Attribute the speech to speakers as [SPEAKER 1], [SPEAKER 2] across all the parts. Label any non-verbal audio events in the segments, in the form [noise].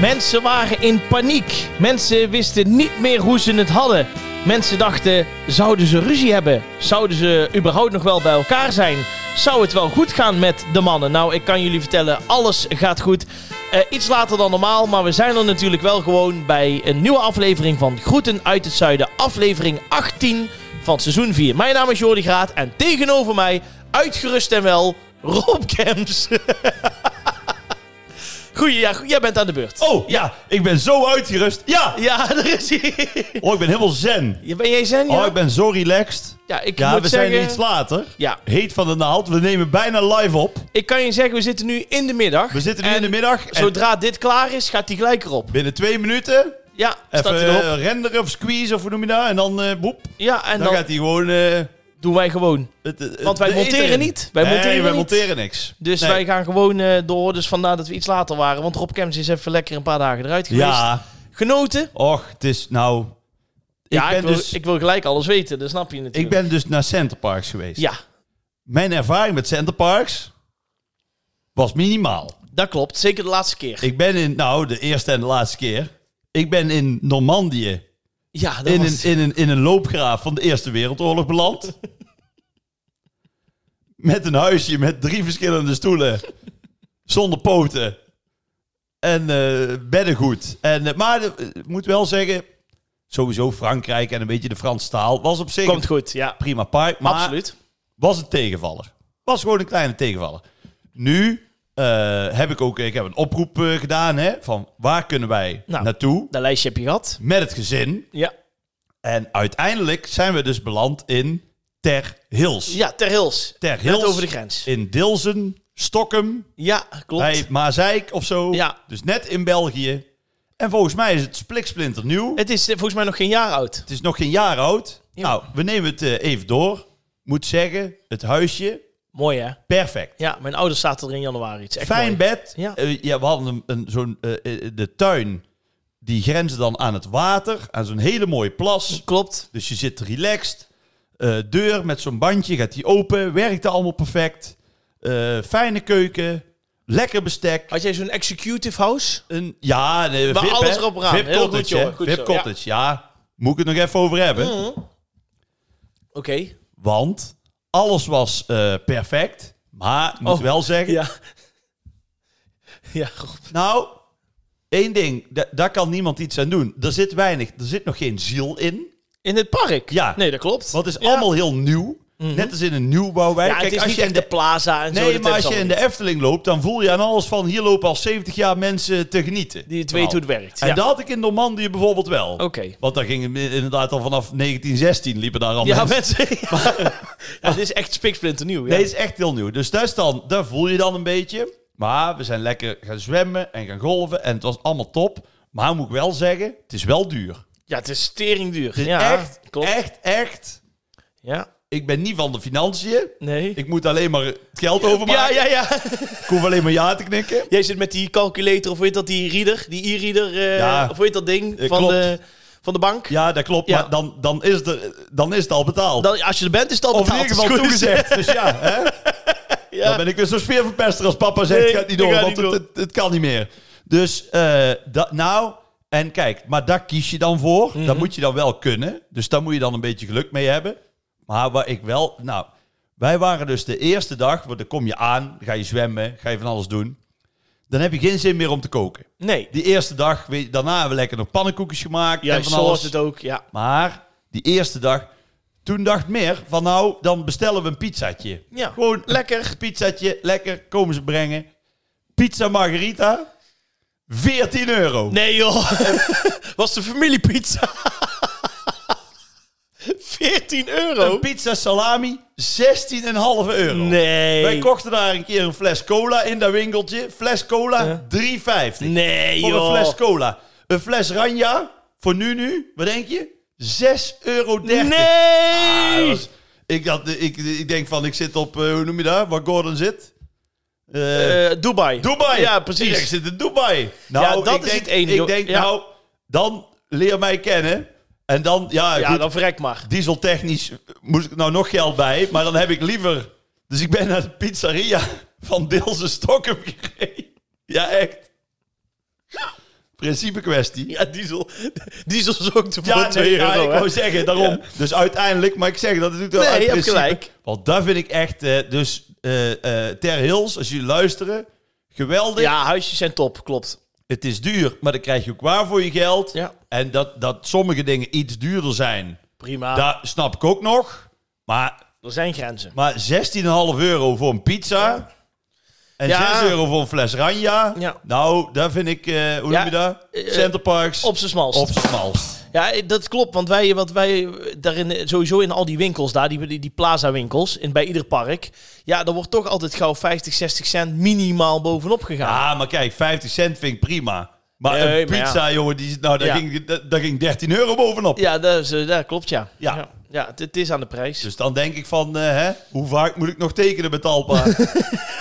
[SPEAKER 1] Mensen waren in paniek. Mensen wisten niet meer hoe ze het hadden. Mensen dachten, zouden ze ruzie hebben? Zouden ze überhaupt nog wel bij elkaar zijn? Zou het wel goed gaan met de mannen? Nou, ik kan jullie vertellen, alles gaat goed. Eh, iets later dan normaal, maar we zijn er natuurlijk wel gewoon bij een nieuwe aflevering van Groeten uit het Zuiden. Aflevering 18 van seizoen 4. Mijn naam is Jordi Graat en tegenover mij, uitgerust en wel, Rob Kemps. [laughs] Goeie, ja, goe- jij bent aan de beurt.
[SPEAKER 2] Oh, ja, ik ben zo uitgerust. Ja!
[SPEAKER 1] Ja, [laughs] daar is hij.
[SPEAKER 2] Oh, ik ben helemaal zen.
[SPEAKER 1] Ja, Ben jij zen? Ja,
[SPEAKER 2] Oh, ik ben zo relaxed.
[SPEAKER 1] ja ik
[SPEAKER 2] Ja,
[SPEAKER 1] moet
[SPEAKER 2] we
[SPEAKER 1] zeggen...
[SPEAKER 2] zijn iets later.
[SPEAKER 1] Ja,
[SPEAKER 2] Heet van de naald. We nemen bijna live op.
[SPEAKER 1] ik kan je zeggen, we zitten nu in de middag.
[SPEAKER 2] We zitten nu
[SPEAKER 1] En
[SPEAKER 2] in de middag. En
[SPEAKER 1] Zodra dit klaar is, gaat hij gelijk erop.
[SPEAKER 2] binnen twee minuten
[SPEAKER 1] Ja, staat
[SPEAKER 2] even
[SPEAKER 1] hij erop.
[SPEAKER 2] eh, renderen of squeeze of hoe noem je dat. En dan eh boep.
[SPEAKER 1] Ja, en
[SPEAKER 2] Dan,
[SPEAKER 1] dan,
[SPEAKER 2] gaat hij gewoon... eh,
[SPEAKER 1] doen wij gewoon.
[SPEAKER 2] het- het-
[SPEAKER 1] Nou. Want wij
[SPEAKER 2] de
[SPEAKER 1] monteren
[SPEAKER 2] eten in.
[SPEAKER 1] niet. Wij
[SPEAKER 2] nee,
[SPEAKER 1] monteren
[SPEAKER 2] wij
[SPEAKER 1] niet.
[SPEAKER 2] monteren niks.
[SPEAKER 1] Dus
[SPEAKER 2] Nee.
[SPEAKER 1] wij gaan gewoon eh, door. Dus vandaar dat we iets later waren. Want Rob Kemps is even lekker een paar dagen eruit geweest.
[SPEAKER 2] Ja.
[SPEAKER 1] Genoten.
[SPEAKER 2] Och, het is... Nou... Ik,
[SPEAKER 1] ja,
[SPEAKER 2] ben,
[SPEAKER 1] ik wil,
[SPEAKER 2] dus, ik,
[SPEAKER 1] ik wil gelijk alles weten. Dat snap je natuurlijk.
[SPEAKER 2] ben dus naar Centerparks geweest.
[SPEAKER 1] Ja,
[SPEAKER 2] Mijn ervaring met Centerparks was minimaal.
[SPEAKER 1] dat klopt. Zeker de laatste keer.
[SPEAKER 2] Ik ben in, nou, de eerste en de laatste keer. Ik ben in Normandië.
[SPEAKER 1] ja, dat
[SPEAKER 2] In
[SPEAKER 1] was...
[SPEAKER 2] een, in, een, in een loopgraaf van de Eerste Wereldoorlog beland. [laughs] met een huisje met drie verschillende stoelen. Zonder poten. En eh, beddengoed. En, eh, maar eh, ik moet wel zeggen. Sowieso Frankrijk en een beetje de Franse taal. Was op zich
[SPEAKER 1] Komt
[SPEAKER 2] een
[SPEAKER 1] goed, ja.
[SPEAKER 2] prima park. Maar
[SPEAKER 1] Absoluut.
[SPEAKER 2] was een tegenvaller. Was gewoon een kleine tegenvaller. Nu eh, heb ik ook ik heb een oproep eh, gedaan hè, van waar kunnen wij
[SPEAKER 1] Nou.
[SPEAKER 2] naartoe
[SPEAKER 1] Dat lijstje heb je gehad.
[SPEAKER 2] met het gezin.
[SPEAKER 1] Ja,
[SPEAKER 2] En uiteindelijk zijn we dus beland in Ter Hils.
[SPEAKER 1] ja Ter Hils.
[SPEAKER 2] Ter
[SPEAKER 1] Net
[SPEAKER 2] Hils
[SPEAKER 1] over de grens.
[SPEAKER 2] in Dilsen, Stokkum,
[SPEAKER 1] Ja, klopt.
[SPEAKER 2] bij Mazeik of zo.
[SPEAKER 1] Ja.
[SPEAKER 2] Dus net in België. En volgens mij is het spliksplinter nieuw.
[SPEAKER 1] Het is eh, volgens mij nog geen jaar oud.
[SPEAKER 2] Het is nog geen jaar oud.
[SPEAKER 1] Ja.
[SPEAKER 2] Nou, we nemen het eh, even door. Moet zeggen, het huisje,
[SPEAKER 1] Mooi hè?
[SPEAKER 2] perfect.
[SPEAKER 1] Ja, mijn ouders zaten er in januari. Het is echt
[SPEAKER 2] Fijn
[SPEAKER 1] mooi.
[SPEAKER 2] bed.
[SPEAKER 1] Ja.
[SPEAKER 2] Eh, ja, we hadden een, een, zo'n, eh, eh, de tuin, die grenzen dan aan het water, aan zo'n hele mooie plas.
[SPEAKER 1] Klopt.
[SPEAKER 2] Dus je zit relaxed. Eh, deur met zo'n bandje, gaat die open, werkte allemaal perfect. Eh, fijne keuken, lekker bestek.
[SPEAKER 1] Had jij zo'n executive house?
[SPEAKER 2] Een, ja, nee,
[SPEAKER 1] Waar
[SPEAKER 2] VIP,
[SPEAKER 1] alles
[SPEAKER 2] hè.
[SPEAKER 1] erop aan.
[SPEAKER 2] VIP
[SPEAKER 1] Heel goed,
[SPEAKER 2] cottage,
[SPEAKER 1] jongen.
[SPEAKER 2] hè.
[SPEAKER 1] Goed
[SPEAKER 2] VIP
[SPEAKER 1] zo, Mm.
[SPEAKER 2] cottage, ja. Moet ik het nog even over hebben.
[SPEAKER 1] Oké.
[SPEAKER 2] Want alles was eh, perfect. Maar, moet
[SPEAKER 1] Oh,
[SPEAKER 2] wel zeggen,
[SPEAKER 1] Ja. Ja, Rob.
[SPEAKER 2] Nou, één ding, da- daar kan niemand iets aan doen. Er zit weinig, er zit nog geen ziel in.
[SPEAKER 1] In het park?
[SPEAKER 2] Ja.
[SPEAKER 1] Nee, dat klopt.
[SPEAKER 2] Want het is
[SPEAKER 1] Ja. Mhm.
[SPEAKER 2] allemaal heel nieuw. Net als in een nieuwbouwwijk.
[SPEAKER 1] Ja, het
[SPEAKER 2] Kijk,
[SPEAKER 1] is
[SPEAKER 2] als
[SPEAKER 1] niet
[SPEAKER 2] je in
[SPEAKER 1] echt de
[SPEAKER 2] de,
[SPEAKER 1] plaza en zo.
[SPEAKER 2] nee,
[SPEAKER 1] dat
[SPEAKER 2] maar
[SPEAKER 1] hebben
[SPEAKER 2] als
[SPEAKER 1] ze
[SPEAKER 2] je in
[SPEAKER 1] allemaal
[SPEAKER 2] de Efteling loopt, dan voel je aan alles van... hier lopen al 70 jaar mensen te genieten.
[SPEAKER 1] niet. Die het weet hoe
[SPEAKER 2] Vooral.
[SPEAKER 1] het werkt.
[SPEAKER 2] En
[SPEAKER 1] Ja.
[SPEAKER 2] dat had ik in Normandië bijvoorbeeld wel.
[SPEAKER 1] Oké.
[SPEAKER 2] Want daar gingen inderdaad al vanaf 1916 liepen daar al
[SPEAKER 1] Ja,
[SPEAKER 2] mensen.
[SPEAKER 1] mensen. [laughs]
[SPEAKER 2] [laughs]
[SPEAKER 1] Ja. Ja, het is echt spiksplinternieuw. Ja.
[SPEAKER 2] Nee, het is echt heel nieuw. Dus daar, is dan, daar voel je dan een beetje. Maar we zijn lekker gaan zwemmen en gaan golven. En het was allemaal top. Maar moet ik wel zeggen, het is wel duur.
[SPEAKER 1] ja, het is teringduur.
[SPEAKER 2] Dus
[SPEAKER 1] ja,
[SPEAKER 2] echt,
[SPEAKER 1] klopt.
[SPEAKER 2] echt, echt.
[SPEAKER 1] Ja.
[SPEAKER 2] Ik ben niet van de financiën.
[SPEAKER 1] Nee.
[SPEAKER 2] Ik moet alleen maar het geld overmaken.
[SPEAKER 1] Ja, ja, ja.
[SPEAKER 2] Ik hoef alleen maar ja te knikken.
[SPEAKER 1] Jij zit met die calculator, of weet dat, die reader, die e-reader, eh,
[SPEAKER 2] Ja.
[SPEAKER 1] of weet dat ding
[SPEAKER 2] Eh,
[SPEAKER 1] van,
[SPEAKER 2] klopt.
[SPEAKER 1] de, van de bank.
[SPEAKER 2] Ja, dat klopt.
[SPEAKER 1] Ja.
[SPEAKER 2] Maar dan, dan, is er, dan is het al betaald.
[SPEAKER 1] Dan, als je er bent, is het al
[SPEAKER 2] of in
[SPEAKER 1] betaald.
[SPEAKER 2] ieder geval
[SPEAKER 1] is goed.
[SPEAKER 2] toegezegd. Dus
[SPEAKER 1] [laughs]
[SPEAKER 2] ja, hè?
[SPEAKER 1] Ja.
[SPEAKER 2] dan ben ik dus weer zo'n sfeerverpester als papa zegt,
[SPEAKER 1] Nee,
[SPEAKER 2] het gaat niet
[SPEAKER 1] het
[SPEAKER 2] door,
[SPEAKER 1] gaat
[SPEAKER 2] want
[SPEAKER 1] niet
[SPEAKER 2] het,
[SPEAKER 1] door.
[SPEAKER 2] het, het kan niet meer. Dus, eh, dat, nou, en kijk, maar daar kies je dan voor.
[SPEAKER 1] Mhm.
[SPEAKER 2] Dat moet je dan wel kunnen. Dus daar moet je dan een beetje geluk mee hebben. Maar waar ik wel, nou, wij waren dus de eerste dag, want dan kom je aan, ga je zwemmen, ga je van alles doen. Dan heb je geen zin meer om te koken.
[SPEAKER 1] Nee.
[SPEAKER 2] Die eerste dag, weet je, daarna hebben we lekker nog pannenkoekjes gemaakt
[SPEAKER 1] Ja,
[SPEAKER 2] en van
[SPEAKER 1] zo was
[SPEAKER 2] alles.
[SPEAKER 1] het ook. Ja.
[SPEAKER 2] Maar die eerste dag, toen dacht meer van nou, dan bestellen we een pizzatje.
[SPEAKER 1] Ja.
[SPEAKER 2] Gewoon een
[SPEAKER 1] Lekker.
[SPEAKER 2] pizzatje, lekker, komen ze brengen. Pizza margarita, 14 euro.
[SPEAKER 1] Nee
[SPEAKER 2] [laughs]
[SPEAKER 1] joh. Was de [laughs] familiepizza. 14
[SPEAKER 2] Een
[SPEAKER 1] euro.
[SPEAKER 2] pizza salami, 16,5 euro.
[SPEAKER 1] Nee.
[SPEAKER 2] Wij kochten daar een keer een fles cola in dat winkeltje. Fles cola, 3,50.
[SPEAKER 1] Nee
[SPEAKER 2] Voor
[SPEAKER 1] joh.
[SPEAKER 2] een fles cola. Een fles ranja, voor nu nu, wat denk je? 6,30 euro. Ah, dat
[SPEAKER 1] Nee.
[SPEAKER 2] was- ik, had, ik, ik denk van, ik zit op, eh, hoe noem je dat, waar Gordon zit? Eh,
[SPEAKER 1] Eh, Dubai.
[SPEAKER 2] Dubai.
[SPEAKER 1] Ja,
[SPEAKER 2] Ik
[SPEAKER 1] precies.
[SPEAKER 2] zit in Dubai. Nou,
[SPEAKER 1] Ja, dat
[SPEAKER 2] ik
[SPEAKER 1] is
[SPEAKER 2] denk,
[SPEAKER 1] het enige.
[SPEAKER 2] Ik denk,
[SPEAKER 1] Ja.
[SPEAKER 2] nou, dan leer mij kennen. En dan, ja,
[SPEAKER 1] Ja,
[SPEAKER 2] goed,
[SPEAKER 1] dan verrek maar.
[SPEAKER 2] dieseltechnisch moest ik nou nog geld bij. Maar dan heb ik liever... Dus ik ben naar de pizzeria van Deelse Stokkem gereden. Ja, echt. Principe kwestie.
[SPEAKER 3] Ja, diesel. Diesel is ook te
[SPEAKER 2] Ja,
[SPEAKER 3] voor 2
[SPEAKER 2] nee, ja,
[SPEAKER 3] euro.
[SPEAKER 2] ik
[SPEAKER 3] hè?
[SPEAKER 2] wou zeggen, daarom. Dus uiteindelijk, maar ik zeg, dat doet wel
[SPEAKER 3] Nee,
[SPEAKER 2] uit
[SPEAKER 3] je hebt
[SPEAKER 2] principe.
[SPEAKER 3] gelijk.
[SPEAKER 2] Want daar vind ik echt, eh, dus eh, eh, Ter Hills, als jullie luisteren, geweldig.
[SPEAKER 3] ja, huisjes zijn top, klopt.
[SPEAKER 2] Het is duur, maar dan krijg je ook waar voor je geld.
[SPEAKER 3] Ja.
[SPEAKER 2] En dat, dat sommige dingen iets duurder zijn,
[SPEAKER 3] Prima.
[SPEAKER 2] dat snap ik ook nog. Maar,
[SPEAKER 3] er zijn grenzen.
[SPEAKER 2] maar 16,5 euro voor een pizza... En
[SPEAKER 3] Ja.
[SPEAKER 2] 6 euro voor een fles Ranja.
[SPEAKER 3] Ja.
[SPEAKER 2] Nou, daar vind ik, eh, hoe
[SPEAKER 3] Ja,
[SPEAKER 2] noem je dat?
[SPEAKER 3] eh,
[SPEAKER 2] Centerparks.
[SPEAKER 1] Op z'n smalst.
[SPEAKER 2] op z'n smalst.
[SPEAKER 1] Ja, dat klopt. Want wij, wat wij daarin, eh, sowieso in al die winkels daar, die, die, die plaza-winkels, in, bij ieder park. Ja, er wordt toch altijd gauw 50, 60 cent minimaal bovenop gegaan.
[SPEAKER 2] Ah, maar kijk, 50 cent vind ik prima. Maar
[SPEAKER 1] Nee,
[SPEAKER 2] een
[SPEAKER 1] maar
[SPEAKER 2] pizza, jongen, die, nou, daar,
[SPEAKER 1] Ja.
[SPEAKER 2] ging, da- daar ging 13 euro bovenop.
[SPEAKER 1] Ja, dat, is, eh, dat klopt, ja.
[SPEAKER 2] Ja.
[SPEAKER 1] ja. Ja, het, het is aan de prijs.
[SPEAKER 2] Dus dan denk ik van, eh, hè, hoe vaak moet ik nog tekenen met
[SPEAKER 1] [laughs]
[SPEAKER 2] Talpa? [laughs]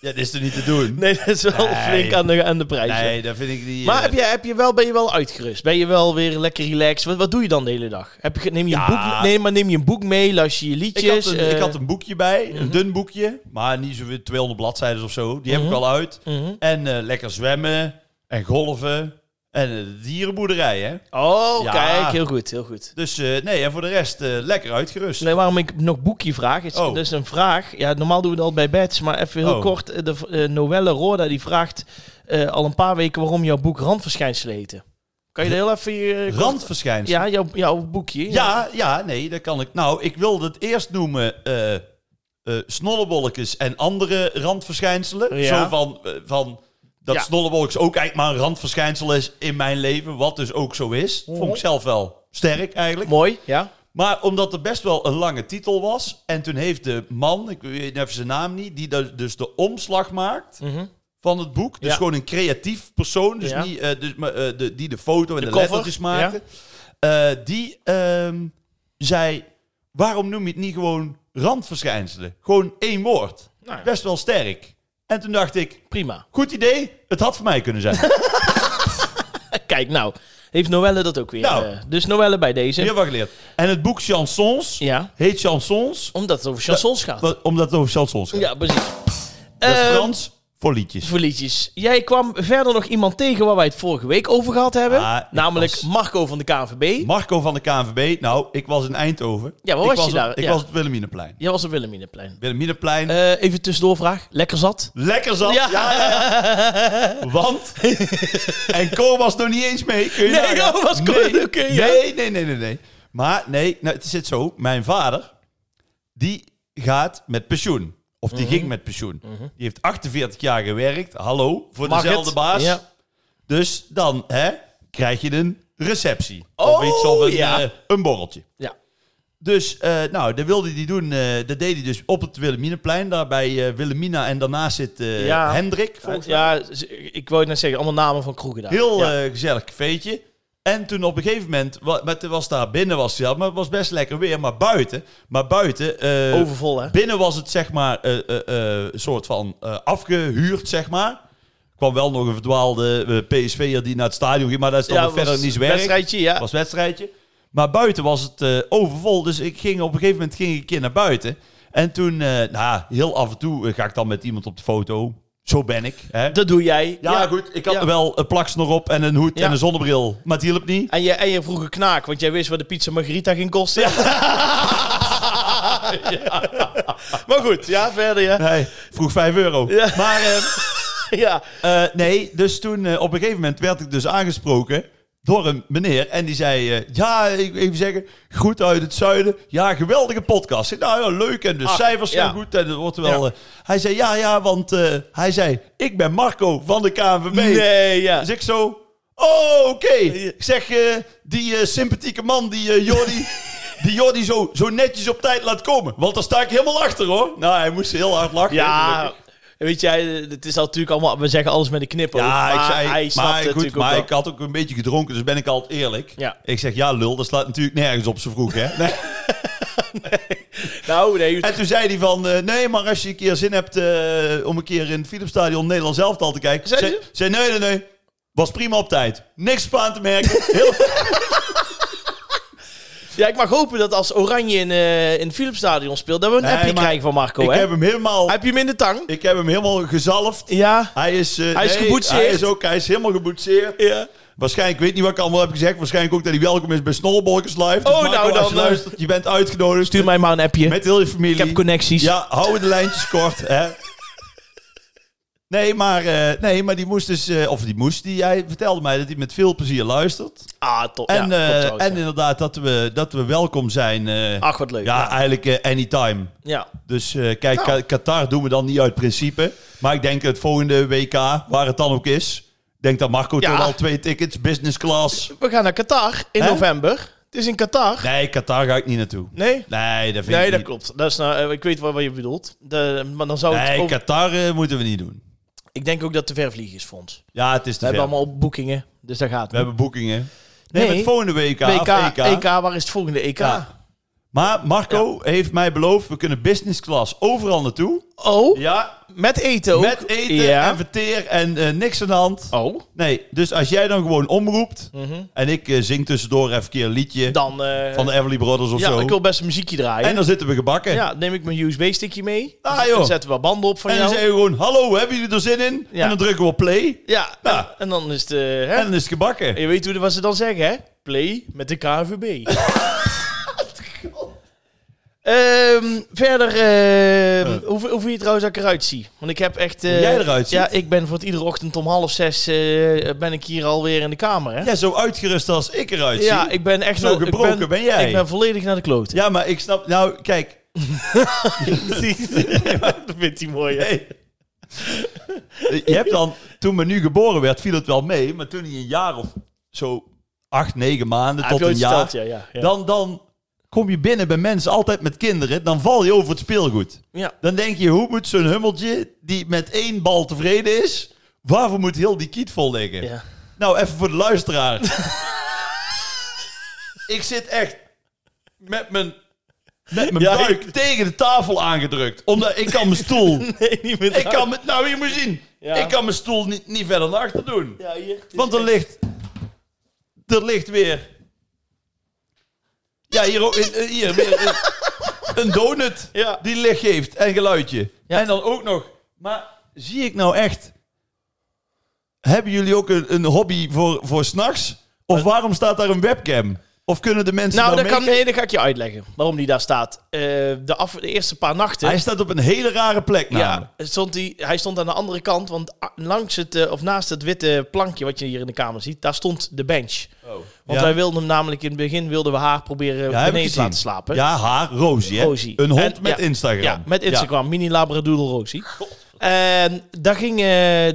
[SPEAKER 2] ja, dat is toch niet te doen?
[SPEAKER 1] [laughs] Nee, dat is wel
[SPEAKER 2] Nee.
[SPEAKER 1] flink aan de, aan de prijs. ja.
[SPEAKER 2] Nee, dat vind ik niet...
[SPEAKER 1] Maar
[SPEAKER 2] eh,
[SPEAKER 1] heb je, heb je wel, ben je wel uitgerust? Ben je wel weer lekker relaxed? Wat, wat doe je dan de hele dag? Heb je, neem je
[SPEAKER 2] Ja.
[SPEAKER 1] een boek, nee, maar neem je een boek mee, luister je
[SPEAKER 2] ik,
[SPEAKER 1] liedjes?
[SPEAKER 2] had een,
[SPEAKER 1] eh, Mhm.
[SPEAKER 2] ik had een boekje bij, een dun boekje, maar niet zoveel 200 bladzijden of zo. Die heb ik wel uit.
[SPEAKER 1] mhm.
[SPEAKER 2] En eh, lekker zwemmen en golven en eh, de dierenboerderij, hè.
[SPEAKER 1] Oh,
[SPEAKER 2] Ja.
[SPEAKER 1] kijk, heel goed, heel goed.
[SPEAKER 2] Dus eh, nee, en voor de rest eh, lekker uitgerust.
[SPEAKER 1] Nee, waarom ik nog boekje vraag, is
[SPEAKER 2] Oh.
[SPEAKER 1] dus een vraag. Ja, normaal doen we dat al bij Bets, maar even heel
[SPEAKER 2] Oh.
[SPEAKER 1] kort. eh, De, v- eh, Noelle Roda die vraagt eh, al een paar weken waarom jouw boek Randverschijnselen heette. Kan je dat heel even... eh, kort-
[SPEAKER 2] Randverschijnsel.
[SPEAKER 1] Ja, jouw, jouw boekje.
[SPEAKER 2] Ja, ja, nee, dat kan ik. Nou, ik wilde het eerst noemen eh eh, snollebolletjes en andere randverschijnselen.
[SPEAKER 1] Ja.
[SPEAKER 2] Zo van, eh, van dat
[SPEAKER 1] Ja.
[SPEAKER 2] snollebolletjes ook eigenlijk maar een randverschijnsel is in mijn leven. Wat dus ook zo is.
[SPEAKER 1] Oh.
[SPEAKER 2] Vond ik zelf wel sterk eigenlijk.
[SPEAKER 1] Mooi, ja.
[SPEAKER 2] Maar omdat er best wel een lange titel was. En toen heeft de man, ik weet even zijn naam niet, die da- dus de omslag maakt
[SPEAKER 1] Mhm.
[SPEAKER 2] van het boek. Dus
[SPEAKER 1] Ja.
[SPEAKER 2] gewoon een creatief persoon. Dus
[SPEAKER 1] Ja.
[SPEAKER 2] niet, eh, dus, maar, eh, de, die de foto en de,
[SPEAKER 1] cover,
[SPEAKER 2] lettertjes maakte. Eh, die ehm, zei, waarom noem je het niet gewoon randverschijnselen? Gewoon één woord.
[SPEAKER 1] Nou ja.
[SPEAKER 2] Best wel sterk. En toen dacht ik,
[SPEAKER 1] Prima.
[SPEAKER 2] goed idee, het had voor mij kunnen zijn.
[SPEAKER 1] [laughs] Kijk, nou, heeft Noelle dat ook weer.
[SPEAKER 2] Nou.
[SPEAKER 1] eh, dus Noelle bij deze.
[SPEAKER 2] Weer wat geleerd. En het boek Chansons
[SPEAKER 1] Ja,
[SPEAKER 2] heet Chansons,
[SPEAKER 1] omdat het over chansons gaat.
[SPEAKER 2] wa- omdat het over chansons gaat.
[SPEAKER 1] Ja, precies.
[SPEAKER 2] Dat is
[SPEAKER 1] Ehm,
[SPEAKER 2] Frans voor liedjes.
[SPEAKER 1] voor liedjes. Jij kwam verder nog iemand tegen waar wij het vorige week over gehad hebben.
[SPEAKER 2] Ah, ik
[SPEAKER 1] namelijk
[SPEAKER 2] was-
[SPEAKER 1] Marco van de KNVB.
[SPEAKER 2] Marco van de KNVB. Nou, ik was in Eindhoven.
[SPEAKER 1] Ja, waar
[SPEAKER 2] ik
[SPEAKER 1] was je
[SPEAKER 2] op-
[SPEAKER 1] daar?
[SPEAKER 2] Ik
[SPEAKER 1] Ja.
[SPEAKER 2] was op het Wilhelminaplein.
[SPEAKER 1] Jij was op Willemineplein.
[SPEAKER 2] Wilhelminaplein.
[SPEAKER 1] Eh even tussendoorvraag. Lekker zat?
[SPEAKER 2] Lekker zat. Ja. Ja, ja.
[SPEAKER 1] [laughs]
[SPEAKER 2] Want... en Co was nog niet eens mee. Kun je
[SPEAKER 1] Nee,
[SPEAKER 2] nagaan?
[SPEAKER 1] Co was-
[SPEAKER 2] nee.
[SPEAKER 1] oké, ja.
[SPEAKER 2] nee, nee, nee, nee, nee. Maar nee, nou, het zit zo. Mijn vader, die gaat met pensioen. Of
[SPEAKER 1] Mhm.
[SPEAKER 2] die ging met pensioen. Die heeft 48 jaar gewerkt. Hallo, voor
[SPEAKER 1] Mag
[SPEAKER 2] dezelfde
[SPEAKER 1] het?
[SPEAKER 2] baas.
[SPEAKER 1] Ja.
[SPEAKER 2] Dus dan hè, krijg je een receptie.
[SPEAKER 1] Oh,
[SPEAKER 2] of iets of een,
[SPEAKER 1] ja.
[SPEAKER 2] eh, een borreltje.
[SPEAKER 1] Ja.
[SPEAKER 2] Dus, eh, nou, dat wilde hij doen. eh, dat deed hij dus op het Willemineplein, daar bij eh, Willemina. En daarnaast zit eh,
[SPEAKER 1] Ja.
[SPEAKER 2] Hendrik, volgens mij.
[SPEAKER 1] Ja, z- ik wou het net zeggen. Allemaal namen van kroegen daar.
[SPEAKER 2] Heel
[SPEAKER 1] Ja.
[SPEAKER 2] eh, gezellig cafeetje. En toen op een gegeven moment, wa- maar toen was daar binnen was het, ja, maar het was best lekker weer. Maar buiten, maar buiten, eh,
[SPEAKER 1] Overvol, hè?
[SPEAKER 2] binnen was het zeg maar eh, eh, eh, een soort van eh, afgehuurd, zeg maar. Er kwam wel nog een verdwaalde eh, PSV'er die naar het stadion ging, maar dat is dan nog verder
[SPEAKER 1] was
[SPEAKER 2] niet zo werk.
[SPEAKER 1] wedstrijdje, ja.
[SPEAKER 2] Het was wedstrijdje. Maar buiten was het eh, overvol. Dus ik ging op een gegeven moment ging ik een keer naar buiten. En toen, eh, nou, heel af en toe eh, ga ik dan met iemand op de foto. Zo ben ik. Hè?
[SPEAKER 1] Dat doe jij.
[SPEAKER 2] ja, goed. Ik had
[SPEAKER 1] ja.
[SPEAKER 2] wel een plaks nog op en een hoed
[SPEAKER 1] Ja.
[SPEAKER 2] en een zonnebril. Maar het hielp niet.
[SPEAKER 1] En je, en je vroeg een knaak, want jij wist wat de pizza margarita ging kosten. [laughs] Maar goed, ja, verder, ja.
[SPEAKER 2] Nee, vroeg 5 euro.
[SPEAKER 1] Ja.
[SPEAKER 2] Maar eh,
[SPEAKER 1] ja.
[SPEAKER 2] eh, nee, dus toen eh, op een gegeven moment werd ik dus aangesproken door een meneer. En die zei, eh, ja, ik wil even zeggen, goed uit het zuiden. Ja, geweldige podcast. Ik zei, nou ja, leuk en de
[SPEAKER 1] Ach,
[SPEAKER 2] cijfers zijn
[SPEAKER 1] ja.
[SPEAKER 2] goed. En het wordt wel...
[SPEAKER 1] Ja.
[SPEAKER 2] eh, hij zei, ja, ja, want eh, hij zei, ik ben Marco van de KNVB.
[SPEAKER 1] Nee, ja.
[SPEAKER 2] Dus ik zo, oh, oké. Ik zeg, eh, die eh, sympathieke man, die eh, Jordi...
[SPEAKER 1] [laughs]
[SPEAKER 2] Die Jordi zo, zo netjes op tijd laat komen. Want daar sta ik helemaal achter hoor. Nou, hij moest heel hard lachen.
[SPEAKER 1] Ja, weet jij, het is al natuurlijk allemaal... We zeggen alles met een knipoog.
[SPEAKER 2] Ja, ik
[SPEAKER 1] maar
[SPEAKER 2] zei,
[SPEAKER 1] hij snapt
[SPEAKER 2] maar,
[SPEAKER 1] het
[SPEAKER 2] goed,
[SPEAKER 1] natuurlijk ook
[SPEAKER 2] maar
[SPEAKER 1] wel.
[SPEAKER 2] ik had ook een beetje gedronken, dus ben ik altijd eerlijk.
[SPEAKER 1] Ja.
[SPEAKER 2] Ik zeg, ja lul, dat slaat natuurlijk nergens op zo vroeg,
[SPEAKER 1] [laughs]
[SPEAKER 2] hè? Nee.
[SPEAKER 1] Nou, nee.
[SPEAKER 2] En toen zei hij van, eh, nee, maar als je een keer zin hebt eh, om een keer in het Philipsstadion Nederland zelf al te kijken.
[SPEAKER 1] Zei
[SPEAKER 2] Zei,
[SPEAKER 1] hij?
[SPEAKER 2] zei, nee, nee, nee,
[SPEAKER 1] [laughs]
[SPEAKER 2] was prima op tijd. Niks op aan te merken. Heel...
[SPEAKER 1] Ja, ik mag hopen dat als Oranje in, eh in het Philipsstadion speelt, dat we een
[SPEAKER 2] Nee,
[SPEAKER 1] appje
[SPEAKER 2] maar
[SPEAKER 1] krijgen van Marco.
[SPEAKER 2] ik
[SPEAKER 1] hè?
[SPEAKER 2] heb hem helemaal,
[SPEAKER 1] Heb je hem in de tang?
[SPEAKER 2] ik heb hem helemaal gezalfd.
[SPEAKER 1] Ja.
[SPEAKER 2] Hij is, eh,
[SPEAKER 1] Hij is geboetseerd.
[SPEAKER 2] Hij is, ook, hij is helemaal geboetseerd.
[SPEAKER 1] ja.
[SPEAKER 2] Waarschijnlijk, ik weet niet wat ik allemaal heb gezegd. Waarschijnlijk ook dat hij welkom is bij Snollebolkers Live. Dus
[SPEAKER 1] Oh,
[SPEAKER 2] Marco,
[SPEAKER 1] nou
[SPEAKER 2] Als je
[SPEAKER 1] dan, eh,
[SPEAKER 2] luistert, je bent uitgenodigd.
[SPEAKER 1] Stuur mij maar een appje.
[SPEAKER 2] Met heel je familie.
[SPEAKER 1] Ik heb connecties.
[SPEAKER 2] Ja, hou de lijntjes kort, hè. Nee maar, eh, nee, maar die moest dus... eh, of die moest, die, hij vertelde mij dat hij met veel plezier luistert.
[SPEAKER 1] Ah, top.
[SPEAKER 2] En, eh,
[SPEAKER 1] ja, klopt trouwens,
[SPEAKER 2] en
[SPEAKER 1] ja.
[SPEAKER 2] inderdaad dat we, dat we welkom zijn. eh,
[SPEAKER 1] Ach, wat leuk.
[SPEAKER 2] ja,
[SPEAKER 1] Ja.
[SPEAKER 2] eigenlijk eh, anytime.
[SPEAKER 1] ja.
[SPEAKER 2] Dus eh, kijk,
[SPEAKER 1] Nou.
[SPEAKER 2] Ka- Qatar doen we dan niet uit principe. Maar ik denk het volgende WK, waar het dan ook is... Ik denk dat Marco
[SPEAKER 1] Ja.
[SPEAKER 2] toch wel twee tickets, business class...
[SPEAKER 1] We gaan naar Qatar in
[SPEAKER 2] Hè?
[SPEAKER 1] november. Het is in Qatar.
[SPEAKER 2] Nee, Qatar ga ik niet naartoe.
[SPEAKER 1] Nee?
[SPEAKER 2] Nee, dat vind
[SPEAKER 1] Nee,
[SPEAKER 2] ik
[SPEAKER 1] dat
[SPEAKER 2] niet.
[SPEAKER 1] klopt. Dat is nou, eh, ik weet wel wat je bedoelt. De, maar dan zou het
[SPEAKER 2] Nee,
[SPEAKER 1] over-
[SPEAKER 2] Qatar eh, moeten we niet doen.
[SPEAKER 1] Ik denk ook dat het te ver vliegen is voor ons. We
[SPEAKER 2] Ja, het is te
[SPEAKER 1] hebben
[SPEAKER 2] ver.
[SPEAKER 1] allemaal boekingen, dus daar gaat
[SPEAKER 2] We
[SPEAKER 1] het.
[SPEAKER 2] hebben boekingen. Nee,
[SPEAKER 1] Nee. E
[SPEAKER 2] met volgende WK. of
[SPEAKER 1] WK, EK.
[SPEAKER 2] EK.
[SPEAKER 1] waar is het volgende EK?
[SPEAKER 2] Ja. E Maar Marco heeft mij beloofd, we kunnen business class overal naartoe.
[SPEAKER 1] Oh,
[SPEAKER 2] Ja,
[SPEAKER 1] met eten ook.
[SPEAKER 2] met eten
[SPEAKER 1] Ja.
[SPEAKER 2] en verteer en eh, niks aan de hand.
[SPEAKER 1] Oh,
[SPEAKER 2] Nee, dus als jij dan gewoon omroept
[SPEAKER 1] Mhm.
[SPEAKER 2] en ik eh, zing tussendoor even een keer een liedje
[SPEAKER 1] dan... eh,
[SPEAKER 2] van de Everly Brothers of
[SPEAKER 1] ja,
[SPEAKER 2] zo.
[SPEAKER 1] ik wil best een muziekje draaien.
[SPEAKER 2] En dan zitten we gebakken.
[SPEAKER 1] ja, neem ik mijn USB-stickje mee. Dus
[SPEAKER 2] Ah, joh.
[SPEAKER 1] Dan zetten we banden op van
[SPEAKER 2] en dan
[SPEAKER 1] jou.
[SPEAKER 2] zeggen we gewoon, hallo, hebben jullie er zin in?
[SPEAKER 1] Ja.
[SPEAKER 2] En dan drukken we op play
[SPEAKER 1] Ja,
[SPEAKER 2] Ja.
[SPEAKER 1] En, en dan is het... eh, hè?
[SPEAKER 2] en dan is het gebakken.
[SPEAKER 1] En je weet hoe de- wat ze dan zeggen, hè? Play met de
[SPEAKER 2] [laughs]
[SPEAKER 1] KNVB. Ehm, verder, ehm,
[SPEAKER 2] Eh.
[SPEAKER 1] hoe, hoe vind je trouwens dat ik eruit zie? Want ik heb echt... eh,
[SPEAKER 2] Hoe jij eruit ziet?
[SPEAKER 1] Ja, ik ben voor het iedere ochtend om half zes eh, ben ik hier alweer in de kamer, hè?
[SPEAKER 2] Ja, zo uitgerust als ik eruit zie.
[SPEAKER 1] Ja, ik ben echt...
[SPEAKER 2] Zo
[SPEAKER 1] wel- ik
[SPEAKER 2] gebroken
[SPEAKER 1] ben,
[SPEAKER 2] ben jij.
[SPEAKER 1] Ik ben volledig naar de kloot.
[SPEAKER 2] ja, maar ik snap, nou kijk,
[SPEAKER 1] [laughs] dat vindt hij [laughs] mooi, hè?
[SPEAKER 2] Hey. Je hebt dan, toen menu geboren werd, viel het wel mee. Maar toen hij een jaar of zo acht, negen maanden
[SPEAKER 1] Ah,
[SPEAKER 2] tot
[SPEAKER 1] heb je ooit
[SPEAKER 2] een jaar.
[SPEAKER 1] verteld? ja, ja, ja.
[SPEAKER 2] Dan, dan kom je binnen bij mensen altijd met kinderen. Dan val je over het speelgoed.
[SPEAKER 1] ja.
[SPEAKER 2] Dan denk je, hoe moet zo'n hummeltje die met één bal tevreden is... Waarvoor moet heel die kiet vol liggen?
[SPEAKER 1] ja.
[SPEAKER 2] Nou, even voor de
[SPEAKER 1] [laughs]
[SPEAKER 2] luisteraar. ik zit echt met mijn, met mijn
[SPEAKER 1] Ja,
[SPEAKER 2] buik tegen de tafel aangedrukt. Omdat ik kan mijn stoel
[SPEAKER 1] [laughs] Nee, niet meer
[SPEAKER 2] ik kan, me- nou, je moet zien.
[SPEAKER 1] Ja.
[SPEAKER 2] Ik kan mijn stoel niet, niet verder naar achter doen.
[SPEAKER 1] Ja, hier. Het is
[SPEAKER 2] Want er
[SPEAKER 1] echt-
[SPEAKER 2] ligt... Er ligt weer... Ja, hier, ook- eh, eh, hier weer een, een donut
[SPEAKER 1] Ja.
[SPEAKER 2] die licht geeft en geluidje.
[SPEAKER 1] Ja.
[SPEAKER 2] En dan ook nog... Maar zie ik nou echt... Hebben jullie ook een, een hobby voor, voor s'nachts? Of waarom staat daar een webcam? Of kunnen de mensen
[SPEAKER 1] Eh. Nou,
[SPEAKER 2] dan
[SPEAKER 1] dat kan,
[SPEAKER 2] meekijken?
[SPEAKER 1] nee, dat ga ik je uitleggen. Waarom die daar staat. Eh, de, af, de eerste paar nachten.
[SPEAKER 2] Hij staat op een hele rare plek namelijk.
[SPEAKER 1] ja, stond hij, hij stond aan de andere kant. Want a- langs het, eh, of naast het witte plankje wat je hier in de kamer ziet, daar stond de bench. Want
[SPEAKER 2] Ja.
[SPEAKER 1] wij wilden hem namelijk in het begin wilden we haar proberen
[SPEAKER 2] Ja, heb ik
[SPEAKER 1] beneden te
[SPEAKER 2] gezien.
[SPEAKER 1] laten slapen.
[SPEAKER 2] Ja, haar, Rosie. hè?
[SPEAKER 1] Rosie.
[SPEAKER 2] Een hond
[SPEAKER 1] En-
[SPEAKER 2] met
[SPEAKER 1] ja.
[SPEAKER 2] Instagram.
[SPEAKER 1] Ja, met Instagram, mini labradoodle Rosie. En daar ging, eh,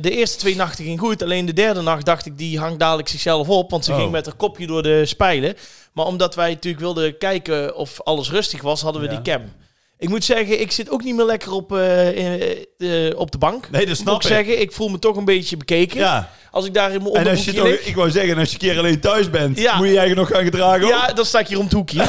[SPEAKER 1] de eerste twee nachten ging goed. Alleen de derde nacht dacht ik, die hangt dadelijk zichzelf op. Want ze
[SPEAKER 2] Oh.
[SPEAKER 1] ging met haar kopje door de spijlen. Maar omdat wij natuurlijk wilden kijken of alles rustig was, hadden we
[SPEAKER 2] Ja.
[SPEAKER 1] die cam. Ik moet zeggen, ik zit ook niet meer lekker op, eh, eh, eh, op de bank.
[SPEAKER 2] Nee, dat snap
[SPEAKER 1] moet ik
[SPEAKER 2] ik.
[SPEAKER 1] zeggen, ik voel me toch een beetje bekeken.
[SPEAKER 2] Ja.
[SPEAKER 1] Als ik daar in mijn
[SPEAKER 2] En als je
[SPEAKER 1] onderbroekje
[SPEAKER 2] toch,
[SPEAKER 1] lig...
[SPEAKER 2] ik wou zeggen, als je een keer alleen thuis bent,
[SPEAKER 1] Ja.
[SPEAKER 2] moet je je eigen nog gaan gedragen.
[SPEAKER 1] Ja,
[SPEAKER 2] ook?
[SPEAKER 1] dan sta ik hier om het
[SPEAKER 2] [laughs]
[SPEAKER 1] hoekje.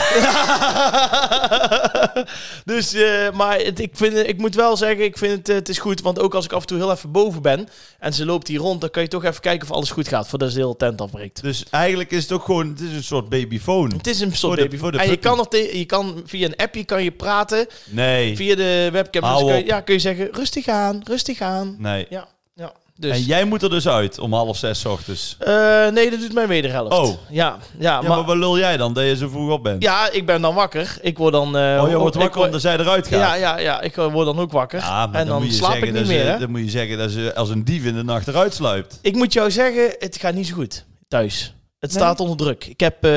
[SPEAKER 1] dus, eh, maar het, ik, vind, ik moet wel zeggen, ik vind het, eh, het is goed. Want ook als ik af en toe heel even boven ben en ze loopt hier rond, dan kan je toch even kijken of alles goed gaat voordat ze de hele tent afbreekt.
[SPEAKER 2] Dus eigenlijk is het ook gewoon, het is een soort babyfoon.
[SPEAKER 1] Het is een soort
[SPEAKER 2] Voor de-
[SPEAKER 1] baby.
[SPEAKER 2] voor de
[SPEAKER 1] en je
[SPEAKER 2] puppy.
[SPEAKER 1] kan, nog te- je kan via een appje kan je praten,
[SPEAKER 2] Nee,
[SPEAKER 1] via de webcam.
[SPEAKER 2] Hou
[SPEAKER 1] Dus kun je,
[SPEAKER 2] op.
[SPEAKER 1] ja, kun je zeggen, rustig aan, rustig aan.
[SPEAKER 2] nee.
[SPEAKER 1] Ja, ja. Dus.
[SPEAKER 2] En jij moet er dus uit om half zes 's ochtends.
[SPEAKER 1] Eh, nee, dat doet mijn wederhelft.
[SPEAKER 2] Oh.
[SPEAKER 1] Ja, ja,
[SPEAKER 2] Ja, maar,
[SPEAKER 1] maar,
[SPEAKER 2] wat lul jij dan, dat je zo vroeg op bent?
[SPEAKER 1] ja, ik ben dan wakker. Ik word dan... eh,
[SPEAKER 2] oh, je wordt
[SPEAKER 1] ik
[SPEAKER 2] wakker
[SPEAKER 1] word-
[SPEAKER 2] omdat zij eruit gaat.
[SPEAKER 1] Ja, ja, ja, ik eh, word dan ook wakker.
[SPEAKER 2] Ja, maar
[SPEAKER 1] en dan,
[SPEAKER 2] moet je
[SPEAKER 1] slaap
[SPEAKER 2] zeggen
[SPEAKER 1] ik
[SPEAKER 2] dat
[SPEAKER 1] niet meer.
[SPEAKER 2] ze-
[SPEAKER 1] Hè?
[SPEAKER 2] Dan moet je zeggen dat ze als een dief in de nacht eruit sluipt.
[SPEAKER 1] Ik moet jou zeggen, het gaat niet zo goed thuis. Het
[SPEAKER 2] Nee?
[SPEAKER 1] staat onder druk. Ik heb eh,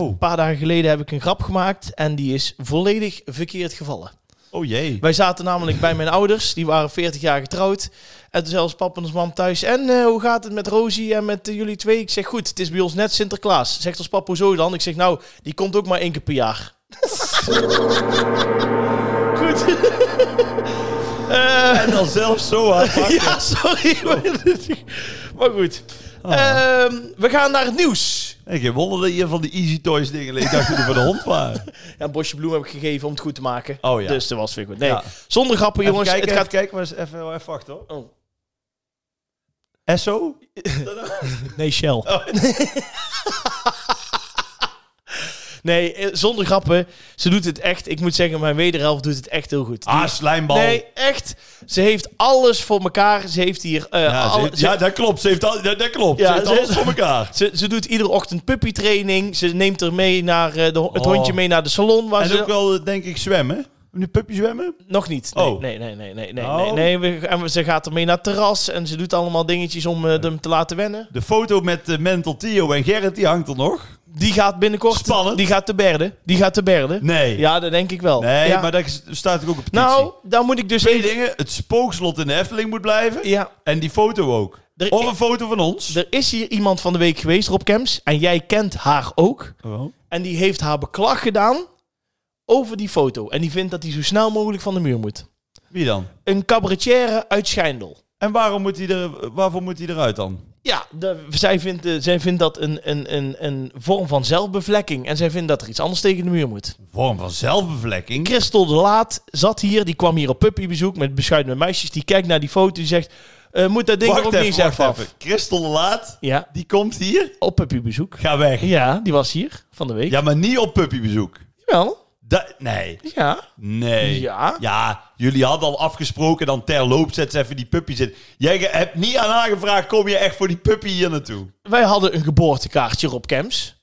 [SPEAKER 2] Oh.
[SPEAKER 1] een paar dagen geleden heb ik een grap gemaakt en die is volledig verkeerd gevallen.
[SPEAKER 2] Oh
[SPEAKER 1] [laughs]
[SPEAKER 2] jee.
[SPEAKER 1] Wij zaten namelijk bij mijn ouders, die waren 40 jaar getrouwd. En toen zelfs papa en ons mam thuis. En eh, hoe gaat het met Rosie en met eh, jullie twee? Ik zeg goed, het is bij ons net Sinterklaas. Zegt ons papa hoezo dan? Ik zeg nou, die komt ook maar één keer per jaar. goed. Eh,
[SPEAKER 2] En dan zelf zo hard [laughs] pakken.
[SPEAKER 1] [laughs] ja, sorry. [laughs] maar goed.
[SPEAKER 2] Ah.
[SPEAKER 1] Ehm, we gaan naar het nieuws.
[SPEAKER 2] En geen wonder dat je van die Easy Toys dingen leek. Ik dacht dat die voor de hond waren.
[SPEAKER 1] Ja, een bosje bloem heb ik gegeven om het goed te maken.
[SPEAKER 2] Oh ja.
[SPEAKER 1] Dus dat was weer goed. Nee,
[SPEAKER 2] Ja.
[SPEAKER 1] zonder grappen,
[SPEAKER 2] Even
[SPEAKER 1] jongens.
[SPEAKER 2] kijken,
[SPEAKER 1] het
[SPEAKER 2] even
[SPEAKER 1] gaat...
[SPEAKER 2] kijken, maar eens even, even wachten hoor.
[SPEAKER 1] Oh.
[SPEAKER 2] Esso?
[SPEAKER 1] Oh. Nee, Shell. [laughs] Nee, eh, zonder grappen. Ze doet het echt. Ik moet zeggen, mijn wederhelft doet het echt heel goed. Die-
[SPEAKER 2] Ah, slijmbal.
[SPEAKER 1] nee, echt. Ze heeft alles voor elkaar. Ze heeft hier... eh,
[SPEAKER 2] ja, ze
[SPEAKER 1] alle-
[SPEAKER 2] heeft-
[SPEAKER 1] ze-
[SPEAKER 2] ja, dat klopt. Ze heeft, al, dat, dat klopt.
[SPEAKER 1] Ja,
[SPEAKER 2] ze heeft
[SPEAKER 1] ze-
[SPEAKER 2] alles voor elkaar.
[SPEAKER 1] Ze, ze doet iedere ochtend puppytraining. Ze neemt er mee naar, eh, de, ho- het
[SPEAKER 2] Oh.
[SPEAKER 1] hondje mee naar de salon. Waar
[SPEAKER 2] En
[SPEAKER 1] ze
[SPEAKER 2] ook wel, eh, denk ik, zwemmen. Nu puppy zwemmen?
[SPEAKER 1] nog niet. Nee,
[SPEAKER 2] Oh.
[SPEAKER 1] nee, nee, nee, nee, nee.
[SPEAKER 2] Oh.
[SPEAKER 1] nee, nee. We- en we- ze gaat er mee naar het terras. En ze doet allemaal dingetjes om eh, hem te laten wennen.
[SPEAKER 2] De foto met eh, Mental Theo en Gerrit, die hangt er nog.
[SPEAKER 1] Die gaat binnenkort...
[SPEAKER 2] Spannend.
[SPEAKER 1] Die gaat te berden. Die gaat te berden.
[SPEAKER 2] Nee.
[SPEAKER 1] Ja, dat denk ik wel.
[SPEAKER 2] Nee,
[SPEAKER 1] Ja.
[SPEAKER 2] maar daar is- staat ook op petitie.
[SPEAKER 1] Nou, dan moet ik dus
[SPEAKER 2] twee
[SPEAKER 1] even-
[SPEAKER 2] dingen. Het spookslot in de Efteling moet blijven.
[SPEAKER 1] Ja,
[SPEAKER 2] En die foto ook.
[SPEAKER 1] Er-
[SPEAKER 2] of een foto van ons.
[SPEAKER 1] er is hier iemand van de week geweest, Rob Kems. En jij kent haar ook.
[SPEAKER 2] Oh.
[SPEAKER 1] En die heeft haar beklag gedaan over die foto. En die vindt dat die zo snel mogelijk van de muur moet.
[SPEAKER 2] Wie dan?
[SPEAKER 1] Een cabaretière uit Schijndel.
[SPEAKER 2] En waarom moet hij er, waarvoor moet hij eruit dan?
[SPEAKER 1] Ja, de- zij, vindt, eh, zij vindt dat een, een, een, een vorm van zelfbevlekking. En zij vindt dat er iets anders tegen de muur moet.
[SPEAKER 2] Een vorm van zelfbevlekking.
[SPEAKER 1] Christel de Laat zat hier. Die kwam hier op puppybezoek met beschuitende meisjes. Die kijkt naar die foto. Die zegt, eh, moet dat ding er ook niet eens even af?
[SPEAKER 2] Christel de Laat,
[SPEAKER 1] Ja,
[SPEAKER 2] die komt hier.
[SPEAKER 1] op puppybezoek.
[SPEAKER 2] Ga weg.
[SPEAKER 1] Ja, die was hier van de week.
[SPEAKER 2] Ja, maar niet op puppybezoek.
[SPEAKER 1] Wel,
[SPEAKER 2] Da- nee.
[SPEAKER 1] ja.
[SPEAKER 2] Nee.
[SPEAKER 1] Ja.
[SPEAKER 2] Ja, jullie hadden al afgesproken, dan terloops zet ze even die puppy zitten. Jij ge- hebt niet aan haar gevraagd, kom je echt voor die puppy hier naartoe?
[SPEAKER 1] Wij hadden een geboortekaartje, Rob Kems.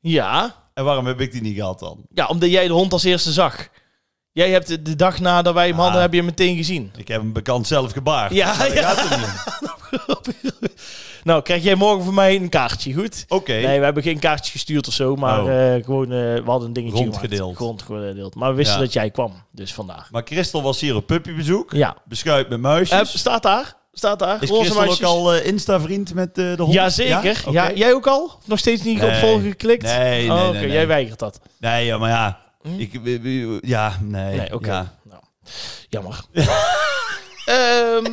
[SPEAKER 1] Ja.
[SPEAKER 2] En waarom heb ik die niet gehad dan?
[SPEAKER 1] Ja, omdat jij de hond als eerste zag. Jij hebt de, de dag nadat wij hem
[SPEAKER 2] Ah.
[SPEAKER 1] hadden, heb je hem meteen gezien.
[SPEAKER 2] Ik heb hem bekend zelf gebaard.
[SPEAKER 1] Ja,
[SPEAKER 2] Daar
[SPEAKER 1] ja.
[SPEAKER 2] gaat het niet om.
[SPEAKER 1] nou, krijg jij morgen voor mij een kaartje, goed? [laughs]
[SPEAKER 2] Oké.
[SPEAKER 1] Nee, we hebben geen kaartje gestuurd of zo, maar
[SPEAKER 2] Oh.
[SPEAKER 1] eh, gewoon, eh, we hadden een dingetje
[SPEAKER 2] Rondgedeeld.
[SPEAKER 1] Gemaakt. Rondgedeeld. Maar we wisten
[SPEAKER 2] Ja.
[SPEAKER 1] dat jij kwam, dus vandaar.
[SPEAKER 2] Maar Christel was hier op puppybezoek.
[SPEAKER 1] Ja.
[SPEAKER 2] Beschuit met muisjes.
[SPEAKER 1] Eh, staat daar? Staat daar?
[SPEAKER 2] is
[SPEAKER 1] Roze
[SPEAKER 2] Christel ook
[SPEAKER 1] meisjes.
[SPEAKER 2] al eh, Insta-vriend met eh, de hond?
[SPEAKER 1] Jazeker. Ja,
[SPEAKER 2] Oké.
[SPEAKER 1] jij ook al? Nog steeds niet op
[SPEAKER 2] Nee.
[SPEAKER 1] volgen geklikt?
[SPEAKER 2] Nee, nee,
[SPEAKER 1] Oh, Oké,
[SPEAKER 2] nee, nee.
[SPEAKER 1] jij weigert dat.
[SPEAKER 2] Nee, ja, maar ja. Ik, ja, nee.
[SPEAKER 1] Hm? Nee, oké.
[SPEAKER 2] ja.
[SPEAKER 1] Nou, jammer. [laughs] Ehm,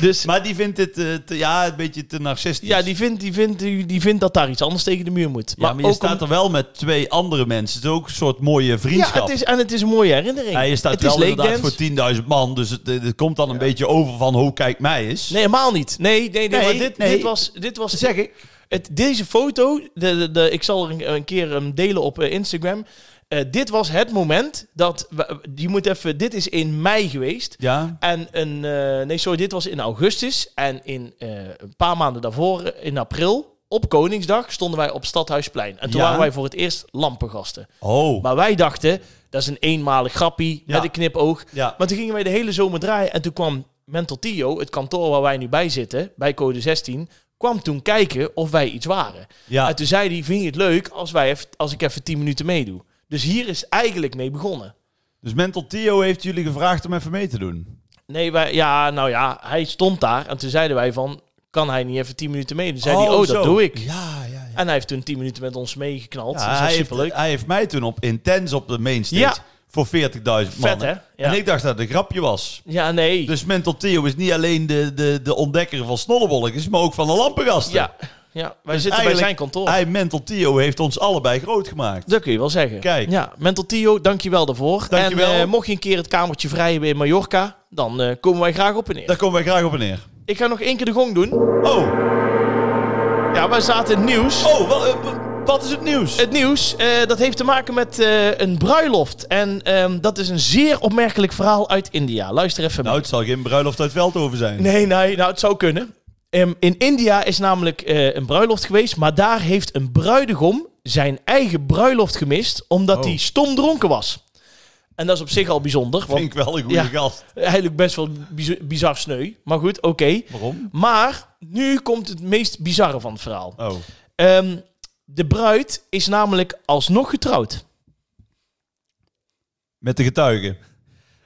[SPEAKER 1] dus
[SPEAKER 2] Maar die vindt het eh, te- ja, een beetje te narcistisch.
[SPEAKER 1] ja, die vindt, die, vindt, die die vindt dat daar iets anders tegen de muur moet.
[SPEAKER 2] Ja, maar, je
[SPEAKER 1] ook
[SPEAKER 2] staat er wel met twee andere mensen. Het is ook een soort mooie
[SPEAKER 1] om- ja,
[SPEAKER 2] vriendschap.
[SPEAKER 1] het is, en het is een mooie herinnering.
[SPEAKER 2] Ja, je staat
[SPEAKER 1] het is
[SPEAKER 2] wel
[SPEAKER 1] lake
[SPEAKER 2] inderdaad
[SPEAKER 1] dance.
[SPEAKER 2] voor 10.000 man, dus het, het komt dan een beetje over van hoe kijk mij eens.
[SPEAKER 1] Nee, helemaal niet. Nee, nee, nee,
[SPEAKER 2] Nee,
[SPEAKER 1] maar dit,
[SPEAKER 2] nee.
[SPEAKER 1] dit was... Dit was
[SPEAKER 2] zeg ik.
[SPEAKER 1] het, deze foto, de, de, de- ik zal er een, een keer hem delen op eh, Instagram. Eh, dit was het moment dat... we- Je moet even... Dit is in mei geweest.
[SPEAKER 2] Ja,
[SPEAKER 1] En een, eh, nee, sorry, dit was in augustus. En in eh, een paar maanden daarvoor, eh, in april, op Koningsdag, stonden wij op Stadhuisplein. En toen
[SPEAKER 2] Ja.
[SPEAKER 1] waren wij voor het eerst lampengasten.
[SPEAKER 2] oh.
[SPEAKER 1] Maar wij dachten, dat is een eenmalig grappie
[SPEAKER 2] Ja.
[SPEAKER 1] met een knipoog.
[SPEAKER 2] ja.
[SPEAKER 1] Maar toen gingen wij de hele zomer draaien. En toen kwam Mental Tio, het kantoor waar wij nu bij zitten, bij Code 16, kwam toen kijken of wij iets waren.
[SPEAKER 2] ja.
[SPEAKER 1] En toen zei hij, vind je het leuk als, wij even, als ik even 10 minuten meedoe? Dus hier is het eigenlijk mee begonnen.
[SPEAKER 2] Dus Mental Theo heeft jullie gevraagd om even mee te doen.
[SPEAKER 1] Nee, wij, ja, nou ja, hij stond daar en toen zeiden wij van, kan hij niet even 10 minuten mee? Toen zei hij, oh,
[SPEAKER 2] zo.
[SPEAKER 1] dat doe ik.
[SPEAKER 2] Ja, ja, ja.
[SPEAKER 1] En hij heeft toen 10 minuten met ons meegeknald.
[SPEAKER 2] Ja,
[SPEAKER 1] dus dat
[SPEAKER 2] hij,
[SPEAKER 1] is
[SPEAKER 2] heeft,
[SPEAKER 1] superleuk.
[SPEAKER 2] hij heeft mij toen op intens op de mainstage
[SPEAKER 1] Ja.
[SPEAKER 2] voor 40.000 man.
[SPEAKER 1] Vet, hè? Ja,
[SPEAKER 2] En ik dacht dat het een grapje was.
[SPEAKER 1] ja nee.
[SPEAKER 2] Dus Mental Theo is niet alleen de, de, de ontdekker van snollebolletjes, maar ook van de lampengasten.
[SPEAKER 1] ja, ja, wij
[SPEAKER 2] Dus
[SPEAKER 1] zitten bij
[SPEAKER 2] eigenlijk-
[SPEAKER 1] zijn kantoor. Dus-
[SPEAKER 2] Hij, Mental Theo, heeft ons allebei groot gemaakt.
[SPEAKER 1] Dat kun je wel zeggen.
[SPEAKER 2] Kijk.
[SPEAKER 1] Ja, Mental Tio, dankjewel daarvoor.
[SPEAKER 2] Dankjewel.
[SPEAKER 1] En eh, mocht je een keer het kamertje vrij hebben in Mallorca, dan eh, komen wij graag op en neer.
[SPEAKER 2] Daar komen wij graag op en neer.
[SPEAKER 1] Ik ga nog één keer de gong doen.
[SPEAKER 2] Oh,
[SPEAKER 1] Ja, wij zaten in het nieuws.
[SPEAKER 2] oh wat, eh, wat is het nieuws?
[SPEAKER 1] Het nieuws, eh, dat heeft te maken met eh, een bruiloft. En ehm, dat is een zeer opmerkelijk verhaal uit India. Luister even mee.
[SPEAKER 2] Nou, het zal geen bruiloft uit Veldhoven zijn.
[SPEAKER 1] Nee, nee, nou, het zou kunnen. Ehm, in India is namelijk eh, een bruiloft geweest, maar daar heeft een bruidegom zijn eigen bruiloft gemist, omdat
[SPEAKER 2] Oh.
[SPEAKER 1] hij stom dronken was. En dat is op zich al
[SPEAKER 2] [laughs]
[SPEAKER 1] bijzonder,
[SPEAKER 2] Vind
[SPEAKER 1] want
[SPEAKER 2] ik wel een goede
[SPEAKER 1] Ja.
[SPEAKER 2] gast.
[SPEAKER 1] eigenlijk best wel biz- bizar sneu. Maar goed, oké.
[SPEAKER 2] Waarom?
[SPEAKER 1] Maar nu komt het meest bizarre van het verhaal.
[SPEAKER 2] Oh.
[SPEAKER 1] Ehm, de bruid is namelijk alsnog getrouwd
[SPEAKER 2] Met de getuigen.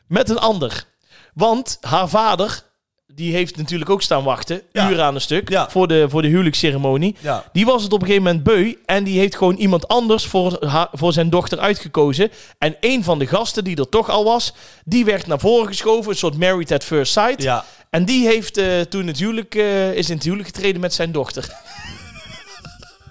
[SPEAKER 1] met een ander. Want haar vader, die heeft natuurlijk ook staan wachten,
[SPEAKER 2] Ja.
[SPEAKER 1] uren aan een stuk,
[SPEAKER 2] Ja.
[SPEAKER 1] voor, de, voor de huwelijksceremonie.
[SPEAKER 2] Ja.
[SPEAKER 1] Die was het op een gegeven moment beu en die heeft gewoon iemand anders voor, haar, voor zijn dochter uitgekozen. En een van de gasten die er toch al was, die werd naar voren geschoven, een soort married at first sight.
[SPEAKER 2] Ja.
[SPEAKER 1] En die heeft eh, toen het huwelijk, eh, is in het huwelijk getreden met zijn dochter.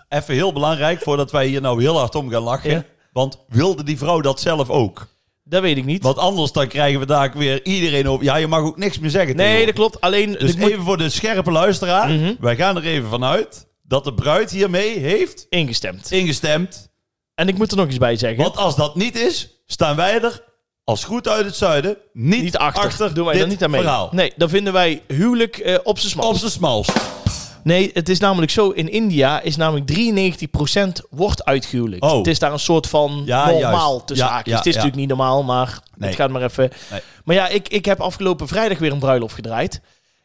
[SPEAKER 2] Even heel belangrijk, voordat wij hier nou heel hard om gaan lachen.
[SPEAKER 1] Ja.
[SPEAKER 2] Want wilde die vrouw dat zelf ook?
[SPEAKER 1] Dat weet ik niet.
[SPEAKER 2] Want anders dan krijgen we daar weer iedereen over. Ja, je mag ook niks meer zeggen.
[SPEAKER 1] Nee, dat
[SPEAKER 2] tegenwoordig.
[SPEAKER 1] klopt. Alleen,
[SPEAKER 2] Dus
[SPEAKER 1] dit moet
[SPEAKER 2] even voor de scherpe luisteraar.
[SPEAKER 1] Mhm.
[SPEAKER 2] Wij gaan er even vanuit dat de bruid hiermee heeft
[SPEAKER 1] ingestemd.
[SPEAKER 2] ingestemd
[SPEAKER 1] En ik moet er nog iets bij zeggen.
[SPEAKER 2] Want als dat niet is, staan wij er als goed uit het zuiden niet,
[SPEAKER 1] Niet achter. Doen wij
[SPEAKER 2] dit
[SPEAKER 1] daar niet aan mee.
[SPEAKER 2] verhaal.
[SPEAKER 1] Nee, dan vinden wij huwelijk eh, op z'n smal.
[SPEAKER 2] Op zijn smalst.
[SPEAKER 1] Nee, het is namelijk zo. In India is namelijk 93% wordt uitgehuwelijkt.
[SPEAKER 2] Oh.
[SPEAKER 1] Het is daar een soort van
[SPEAKER 2] Ja,
[SPEAKER 1] normaal
[SPEAKER 2] juist.
[SPEAKER 1] tussen
[SPEAKER 2] Ja,
[SPEAKER 1] haakjes.
[SPEAKER 2] ja,
[SPEAKER 1] het is
[SPEAKER 2] ja.
[SPEAKER 1] natuurlijk niet normaal, maar
[SPEAKER 2] Nee.
[SPEAKER 1] het gaat maar even.
[SPEAKER 2] Nee.
[SPEAKER 1] Maar ja, ik, ik heb afgelopen vrijdag weer een bruiloft gedraaid.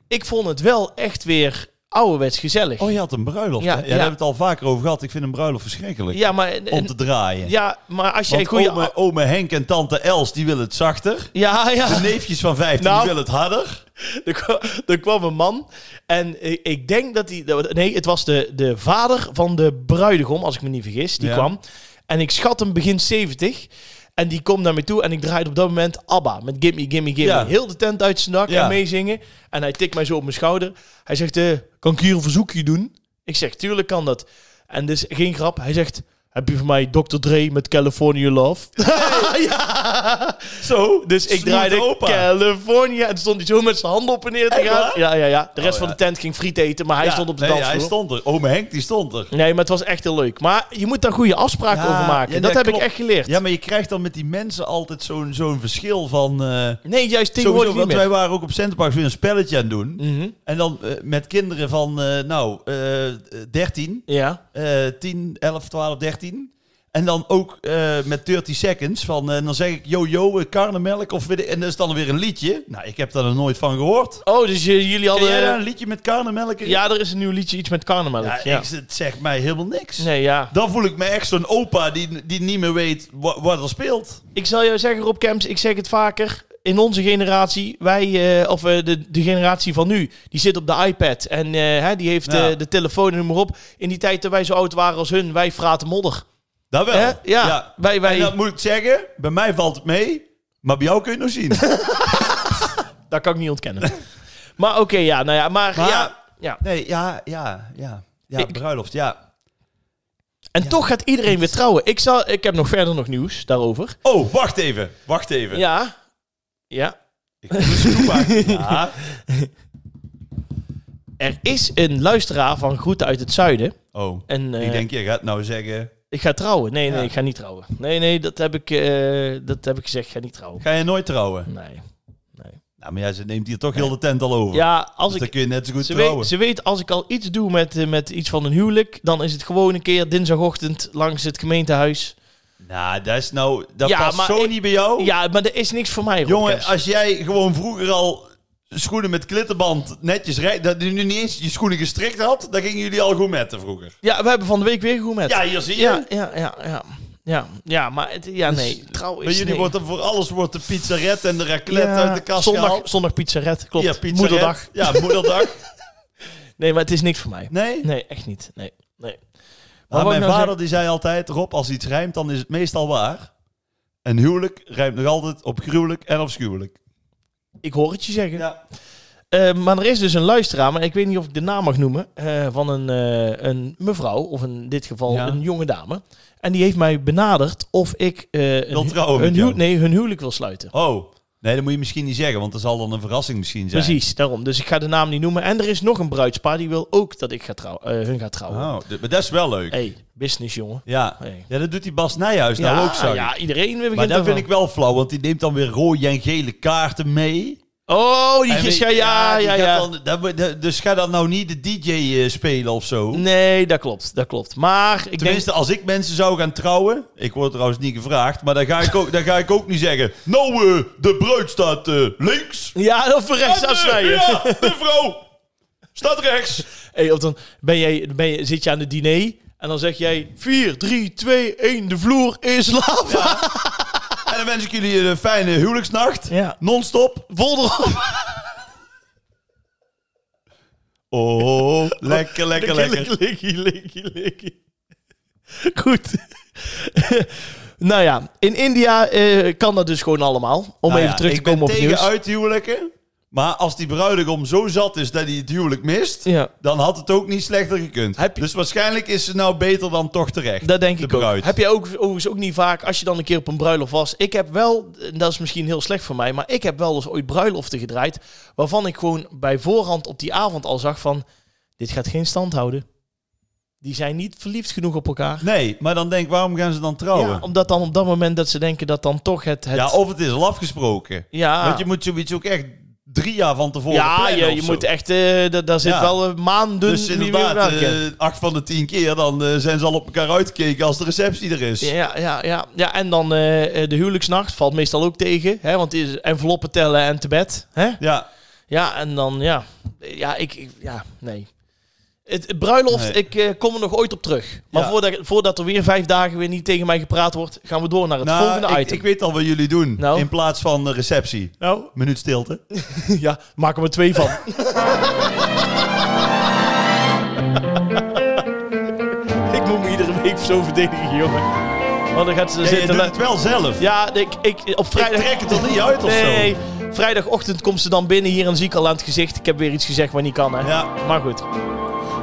[SPEAKER 1] Ik vond het wel echt weer ouderwets gezellig.
[SPEAKER 2] Oh, je had een bruiloft.
[SPEAKER 1] Ja,
[SPEAKER 2] hè? ja,
[SPEAKER 1] ja.
[SPEAKER 2] Daar hebben we het al vaker over gehad. Ik vind een bruiloft verschrikkelijk.
[SPEAKER 1] ja, maar,
[SPEAKER 2] Om te draaien.
[SPEAKER 1] ja, maar als jij
[SPEAKER 2] Want eh,
[SPEAKER 1] goede...
[SPEAKER 2] ome, ome Henk en tante Els, die willen het zachter.
[SPEAKER 1] Ja, [laughs] ja.
[SPEAKER 2] De neefjes van 15 die
[SPEAKER 1] Nou.
[SPEAKER 2] willen het harder.
[SPEAKER 1] Er kwam, er kwam een man en ik, ik denk dat hij... Nee, het was de, de vader van de bruidegom, als ik me niet vergis. Die
[SPEAKER 2] Ja.
[SPEAKER 1] kwam. En ik schat hem begin 70. En die komt naar me toe en ik draaide op dat moment ABBA. Met Gimme, Gimme, Gimme.
[SPEAKER 2] Ja.
[SPEAKER 1] Heel de tent uit zijn dak
[SPEAKER 2] Ja.
[SPEAKER 1] en meezingen. En hij tikt mij zo op mijn schouder. Hij zegt, eh, kan ik hier een verzoekje doen? Ik zeg, tuurlijk kan dat. En dus geen grap. Hij zegt, heb je voor mij Dr. Dre met California Love? ja. Zo. Dus ik
[SPEAKER 2] smooth
[SPEAKER 1] draaide
[SPEAKER 2] opa.
[SPEAKER 1] California. En toen stond hij zo met zijn handen op en neer te
[SPEAKER 2] Echt
[SPEAKER 1] gaan.
[SPEAKER 2] waar?
[SPEAKER 1] Ja, ja, ja. De rest
[SPEAKER 2] Oh,
[SPEAKER 1] van
[SPEAKER 2] ja.
[SPEAKER 1] de tent ging friet eten, maar hij
[SPEAKER 2] Ja,
[SPEAKER 1] stond op de
[SPEAKER 2] nee,
[SPEAKER 1] dansvloer.
[SPEAKER 2] hij stond er. Ome Henk, die stond er.
[SPEAKER 1] Nee, maar het was echt heel leuk. Maar je moet daar goede afspraken
[SPEAKER 2] Ja,
[SPEAKER 1] over maken.
[SPEAKER 2] ja,
[SPEAKER 1] dat
[SPEAKER 2] ja,
[SPEAKER 1] heb
[SPEAKER 2] klopt.
[SPEAKER 1] ik echt geleerd.
[SPEAKER 2] Ja, maar je krijgt dan met die mensen altijd zo'n zo'n verschil van... eh,
[SPEAKER 1] Nee, juist
[SPEAKER 2] Sowieso,
[SPEAKER 1] tegenwoordig
[SPEAKER 2] want
[SPEAKER 1] niet
[SPEAKER 2] wij
[SPEAKER 1] meer.
[SPEAKER 2] waren ook op Centerparks weer een spelletje aan het doen.
[SPEAKER 1] Mhm.
[SPEAKER 2] En dan eh, met kinderen van, eh, nou, eh 13,
[SPEAKER 1] Ja.
[SPEAKER 2] eh 10, 11, 12, 13. En dan ook eh, met 30 seconds van, eh, en dan zeg ik, yo, yo, eh, karnemelk of weet ik- En dat is dan weer een liedje. Nou, ik heb daar nog nooit van gehoord.
[SPEAKER 1] Oh, dus je- jullie
[SPEAKER 2] Ken jij daar
[SPEAKER 1] hadden...
[SPEAKER 2] een liedje met karnemelk? in?
[SPEAKER 1] Ja, er is een nieuw liedje, iets met carnaval.
[SPEAKER 2] Ja,
[SPEAKER 1] Ja,
[SPEAKER 2] ik- het zegt mij helemaal niks.
[SPEAKER 1] Nee, ja.
[SPEAKER 2] Dan voel ik me echt zo'n opa die, die niet meer weet wa- wat er speelt.
[SPEAKER 1] Ik zal jou zeggen, Rob Kemps, ik zeg het vaker. In onze generatie, wij, eh, of eh, de, de generatie van nu, die zit op de iPad. En eh, hè, die heeft
[SPEAKER 2] Ja.
[SPEAKER 1] eh, de telefoon en noem maar op. In die tijd dat wij zo oud waren als hun, wij fraten modder.
[SPEAKER 2] Dat wel.
[SPEAKER 1] Hè? Ja, Wij, wij,
[SPEAKER 2] En dat
[SPEAKER 1] dat...
[SPEAKER 2] moet ik zeggen, bij mij valt het mee, maar bij jou kun je het nog zien.
[SPEAKER 1] kan ik niet
[SPEAKER 2] [laughs]
[SPEAKER 1] ontkennen. maar oké, ja, nou ja, maar,
[SPEAKER 2] Maar-
[SPEAKER 1] ja. ja.
[SPEAKER 2] [laughs] Nee, ja, ja, ja. Ja,
[SPEAKER 1] Ik-
[SPEAKER 2] bruiloft, ja.
[SPEAKER 1] En toch gaat iedereen weer trouwen. Ik, zal, ik heb nog verder nog nieuws daarover.
[SPEAKER 2] Oh, wacht even. Wacht even.
[SPEAKER 1] Ja. Ja.
[SPEAKER 2] Ik moet eens
[SPEAKER 1] [laughs]
[SPEAKER 2] toemaken. ja.
[SPEAKER 1] Er is een luisteraar van Groeten uit het Zuiden.
[SPEAKER 2] Oh,
[SPEAKER 1] En, eh,
[SPEAKER 2] ik denk, je gaat nou zeggen...
[SPEAKER 1] Ik ga trouwen. Nee, nee,
[SPEAKER 2] Ja.
[SPEAKER 1] ik ga niet trouwen. Nee, nee, dat heb ik, eh, dat heb ik gezegd. Ik ga niet trouwen.
[SPEAKER 2] Ga je nooit trouwen?
[SPEAKER 1] Nee.
[SPEAKER 2] Nou, maar ja, ze neemt hier toch heel de tent al over.
[SPEAKER 1] Ja, als
[SPEAKER 2] dus dan
[SPEAKER 1] ik,
[SPEAKER 2] kun je net zo goed
[SPEAKER 1] ze,
[SPEAKER 2] trouwen.
[SPEAKER 1] weet, ze weet als ik al iets doe met, eh, met iets van een huwelijk, dan is het gewoon een keer dinsdagochtend langs het gemeentehuis.
[SPEAKER 2] Nou, dat is nou... Dat
[SPEAKER 1] Ja,
[SPEAKER 2] past
[SPEAKER 1] maar
[SPEAKER 2] zo
[SPEAKER 1] ik-
[SPEAKER 2] niet bij jou.
[SPEAKER 1] Ja, maar er is niks voor mij. Rob
[SPEAKER 2] Oh. Jongen,
[SPEAKER 1] Kemps.
[SPEAKER 2] als jij gewoon vroeger al schoenen met klittenband netjes rijdt... Dat je nu niet eens je schoenen gestrikt had, dan gingen jullie al goed metten vroeger.
[SPEAKER 1] Ja, we hebben van de week weer goed met.
[SPEAKER 2] Ja, hier zie je. Dus
[SPEAKER 1] ja, ja, ja. ja. Ja, ja, maar het, ja, nee, trouw is
[SPEAKER 2] Bij jullie
[SPEAKER 1] nee.
[SPEAKER 2] wordt er voor alles wordt de pizzaret en de raclette
[SPEAKER 1] Ja,
[SPEAKER 2] uit de kast gehaald.
[SPEAKER 1] zondag, zondag pizzaret, klopt.
[SPEAKER 2] Ja, pizzaret.
[SPEAKER 1] Moederdag.
[SPEAKER 2] Ja, moederdag.
[SPEAKER 1] Nee, maar het is niks voor mij.
[SPEAKER 2] Nee?
[SPEAKER 1] [laughs] Nee, echt niet. Nee, nee.
[SPEAKER 2] Maar
[SPEAKER 1] wou ik
[SPEAKER 2] mijn
[SPEAKER 1] nou
[SPEAKER 2] vader die zei altijd, Rob, als iets rijmt, dan is het meestal waar. En huwelijk rijmt nog altijd op gruwelijk en afschuwelijk.
[SPEAKER 1] Ik hoor het je zeggen.
[SPEAKER 2] Ja.
[SPEAKER 1] Eh, maar er is dus een luisteraar, maar ik weet niet of ik de naam mag noemen, eh, van een, eh, een mevrouw, of in dit geval
[SPEAKER 2] Ja.
[SPEAKER 1] een jonge dame. En die heeft mij benaderd of ik eh,
[SPEAKER 2] Wil
[SPEAKER 1] een,
[SPEAKER 2] trouwen
[SPEAKER 1] een
[SPEAKER 2] met jou.
[SPEAKER 1] huw- nee, hun huwelijk wil sluiten.
[SPEAKER 2] Oh, nee, dat moet je misschien niet zeggen, want dat zal dan een verrassing misschien zijn.
[SPEAKER 1] Precies, daarom. Dus ik ga de naam niet noemen. En er is nog een bruidspaar die wil ook dat ik ga trouw, eh, hun ga trouwen.
[SPEAKER 2] Oh, d- maar dat is wel leuk.
[SPEAKER 1] Hey, business jongen.
[SPEAKER 2] Ja.
[SPEAKER 1] Hey.
[SPEAKER 2] ja, dat doet die Bas Nijhuis nou ook, zo.
[SPEAKER 1] ja, iedereen begint
[SPEAKER 2] maar dat
[SPEAKER 1] daarvan.
[SPEAKER 2] vind ik wel flauw, want die neemt dan weer rode en gele kaarten mee.
[SPEAKER 1] Oh, die
[SPEAKER 2] En
[SPEAKER 1] gist,
[SPEAKER 2] weet-
[SPEAKER 1] ja, ja,
[SPEAKER 2] die
[SPEAKER 1] ja.
[SPEAKER 2] gaat
[SPEAKER 1] ja.
[SPEAKER 2] dan- dat wordt- dat- dus ga dan nou niet de DJ eh, spelen of zo.
[SPEAKER 1] Nee, dat klopt, dat klopt. Maar ik denk...
[SPEAKER 2] Tenminste, als ik mensen zou gaan trouwen, ik word trouwens niet gevraagd, maar dan ga ik ook, dan ga ik ook niet zeggen, [laughs] nou, eh, de bruid staat eh, links.
[SPEAKER 1] Ja, of rechts
[SPEAKER 2] En, eh,
[SPEAKER 1] afsnijden.
[SPEAKER 2] ja, de vrouw staat rechts.
[SPEAKER 1] Hey, of dan ben jij, ben je, zit je aan het diner en dan zeg jij 4, 3, 2, 1, de vloer is lava.
[SPEAKER 2] En dan wens ik jullie een fijne huwelijksnacht,
[SPEAKER 1] Ja.
[SPEAKER 2] non-stop.
[SPEAKER 1] Vol erop.
[SPEAKER 2] Oh, lekker, lekker, lekker.
[SPEAKER 1] Likkie, likkie, likkie. [laughs] Goed. [laughs] nou ja, in India eh, kan dat dus gewoon allemaal. Om
[SPEAKER 2] Nou
[SPEAKER 1] even
[SPEAKER 2] ja,
[SPEAKER 1] terug te
[SPEAKER 2] ik ben
[SPEAKER 1] komen op het
[SPEAKER 2] tegen
[SPEAKER 1] nieuws.
[SPEAKER 2] uithuwelijken, maar als die bruidegom zo zat is dat hij het huwelijk mist,
[SPEAKER 1] Ja,
[SPEAKER 2] dan had het ook niet slechter gekund.
[SPEAKER 1] Heb je-
[SPEAKER 2] Dus waarschijnlijk is ze nou beter dan toch terecht.
[SPEAKER 1] dat denk
[SPEAKER 2] de
[SPEAKER 1] ik ook.
[SPEAKER 2] bruid.
[SPEAKER 1] Heb jij ook, overigens ook niet vaak, als je dan een keer op een bruiloft was. Ik heb wel, en dat is misschien heel slecht voor mij, maar ik heb wel eens ooit bruiloften gedraaid. Waarvan ik gewoon bij voorhand op die avond al zag van, dit gaat geen stand houden. Die zijn niet verliefd genoeg op elkaar.
[SPEAKER 2] Nee, maar dan denk ik, waarom gaan ze dan trouwen?
[SPEAKER 1] Ja,
[SPEAKER 2] Ja,
[SPEAKER 1] omdat dan op dat moment dat ze denken dat dan toch het... het
[SPEAKER 2] of het is al afgesproken.
[SPEAKER 1] ja.
[SPEAKER 2] oh, Want je moet zoiets ook echt drie jaar van tevoren
[SPEAKER 1] ja,
[SPEAKER 2] plannen
[SPEAKER 1] je,
[SPEAKER 2] of
[SPEAKER 1] je
[SPEAKER 2] zo.
[SPEAKER 1] moet echt... eh, da- daar zit
[SPEAKER 2] Ja.
[SPEAKER 1] wel eh, maanden
[SPEAKER 2] Dus
[SPEAKER 1] niet meer
[SPEAKER 2] inderdaad,
[SPEAKER 1] werken.
[SPEAKER 2] eh, acht van de tien keer dan eh, zijn ze al op elkaar uitgekeken als de receptie er is.
[SPEAKER 1] Ja, ja, ja. ja en dan eh, eh, de huwelijksnacht valt meestal ook tegen. Hè, want is enveloppen tellen en te bed. Hè?
[SPEAKER 2] Ja,
[SPEAKER 1] Ja, en dan ja. Ja, ik... ik- ja, nee. Het, het bruiloft,
[SPEAKER 2] Nee.
[SPEAKER 1] ik eh, kom er nog ooit op terug. Maar
[SPEAKER 2] Ja.
[SPEAKER 1] voordat, voordat er weer vijf dagen weer niet tegen mij gepraat wordt, gaan we door naar het
[SPEAKER 2] Nou,
[SPEAKER 1] volgende
[SPEAKER 2] ik,
[SPEAKER 1] item.
[SPEAKER 2] ik weet al wat jullie doen
[SPEAKER 1] Nou?
[SPEAKER 2] in plaats van de receptie.
[SPEAKER 1] Nou,
[SPEAKER 2] Minuut stilte.
[SPEAKER 1] [laughs] ja, maak er maar twee van. [laughs] ik moet me iedere week zo verdedigen, jongen. Want dan gaat ze
[SPEAKER 2] Ja, je
[SPEAKER 1] zitten...
[SPEAKER 2] doet
[SPEAKER 1] le-
[SPEAKER 2] het wel zelf.
[SPEAKER 1] Ja, ik, ik, op
[SPEAKER 2] Ik
[SPEAKER 1] vrijdag...
[SPEAKER 2] trek het er niet uit of
[SPEAKER 1] Nee,
[SPEAKER 2] zo.
[SPEAKER 1] vrijdagochtend komt ze dan binnen hier en zie ik al aan het gezicht. Ik heb weer iets gezegd wat niet kan, hè.
[SPEAKER 2] Ja,
[SPEAKER 1] Maar goed.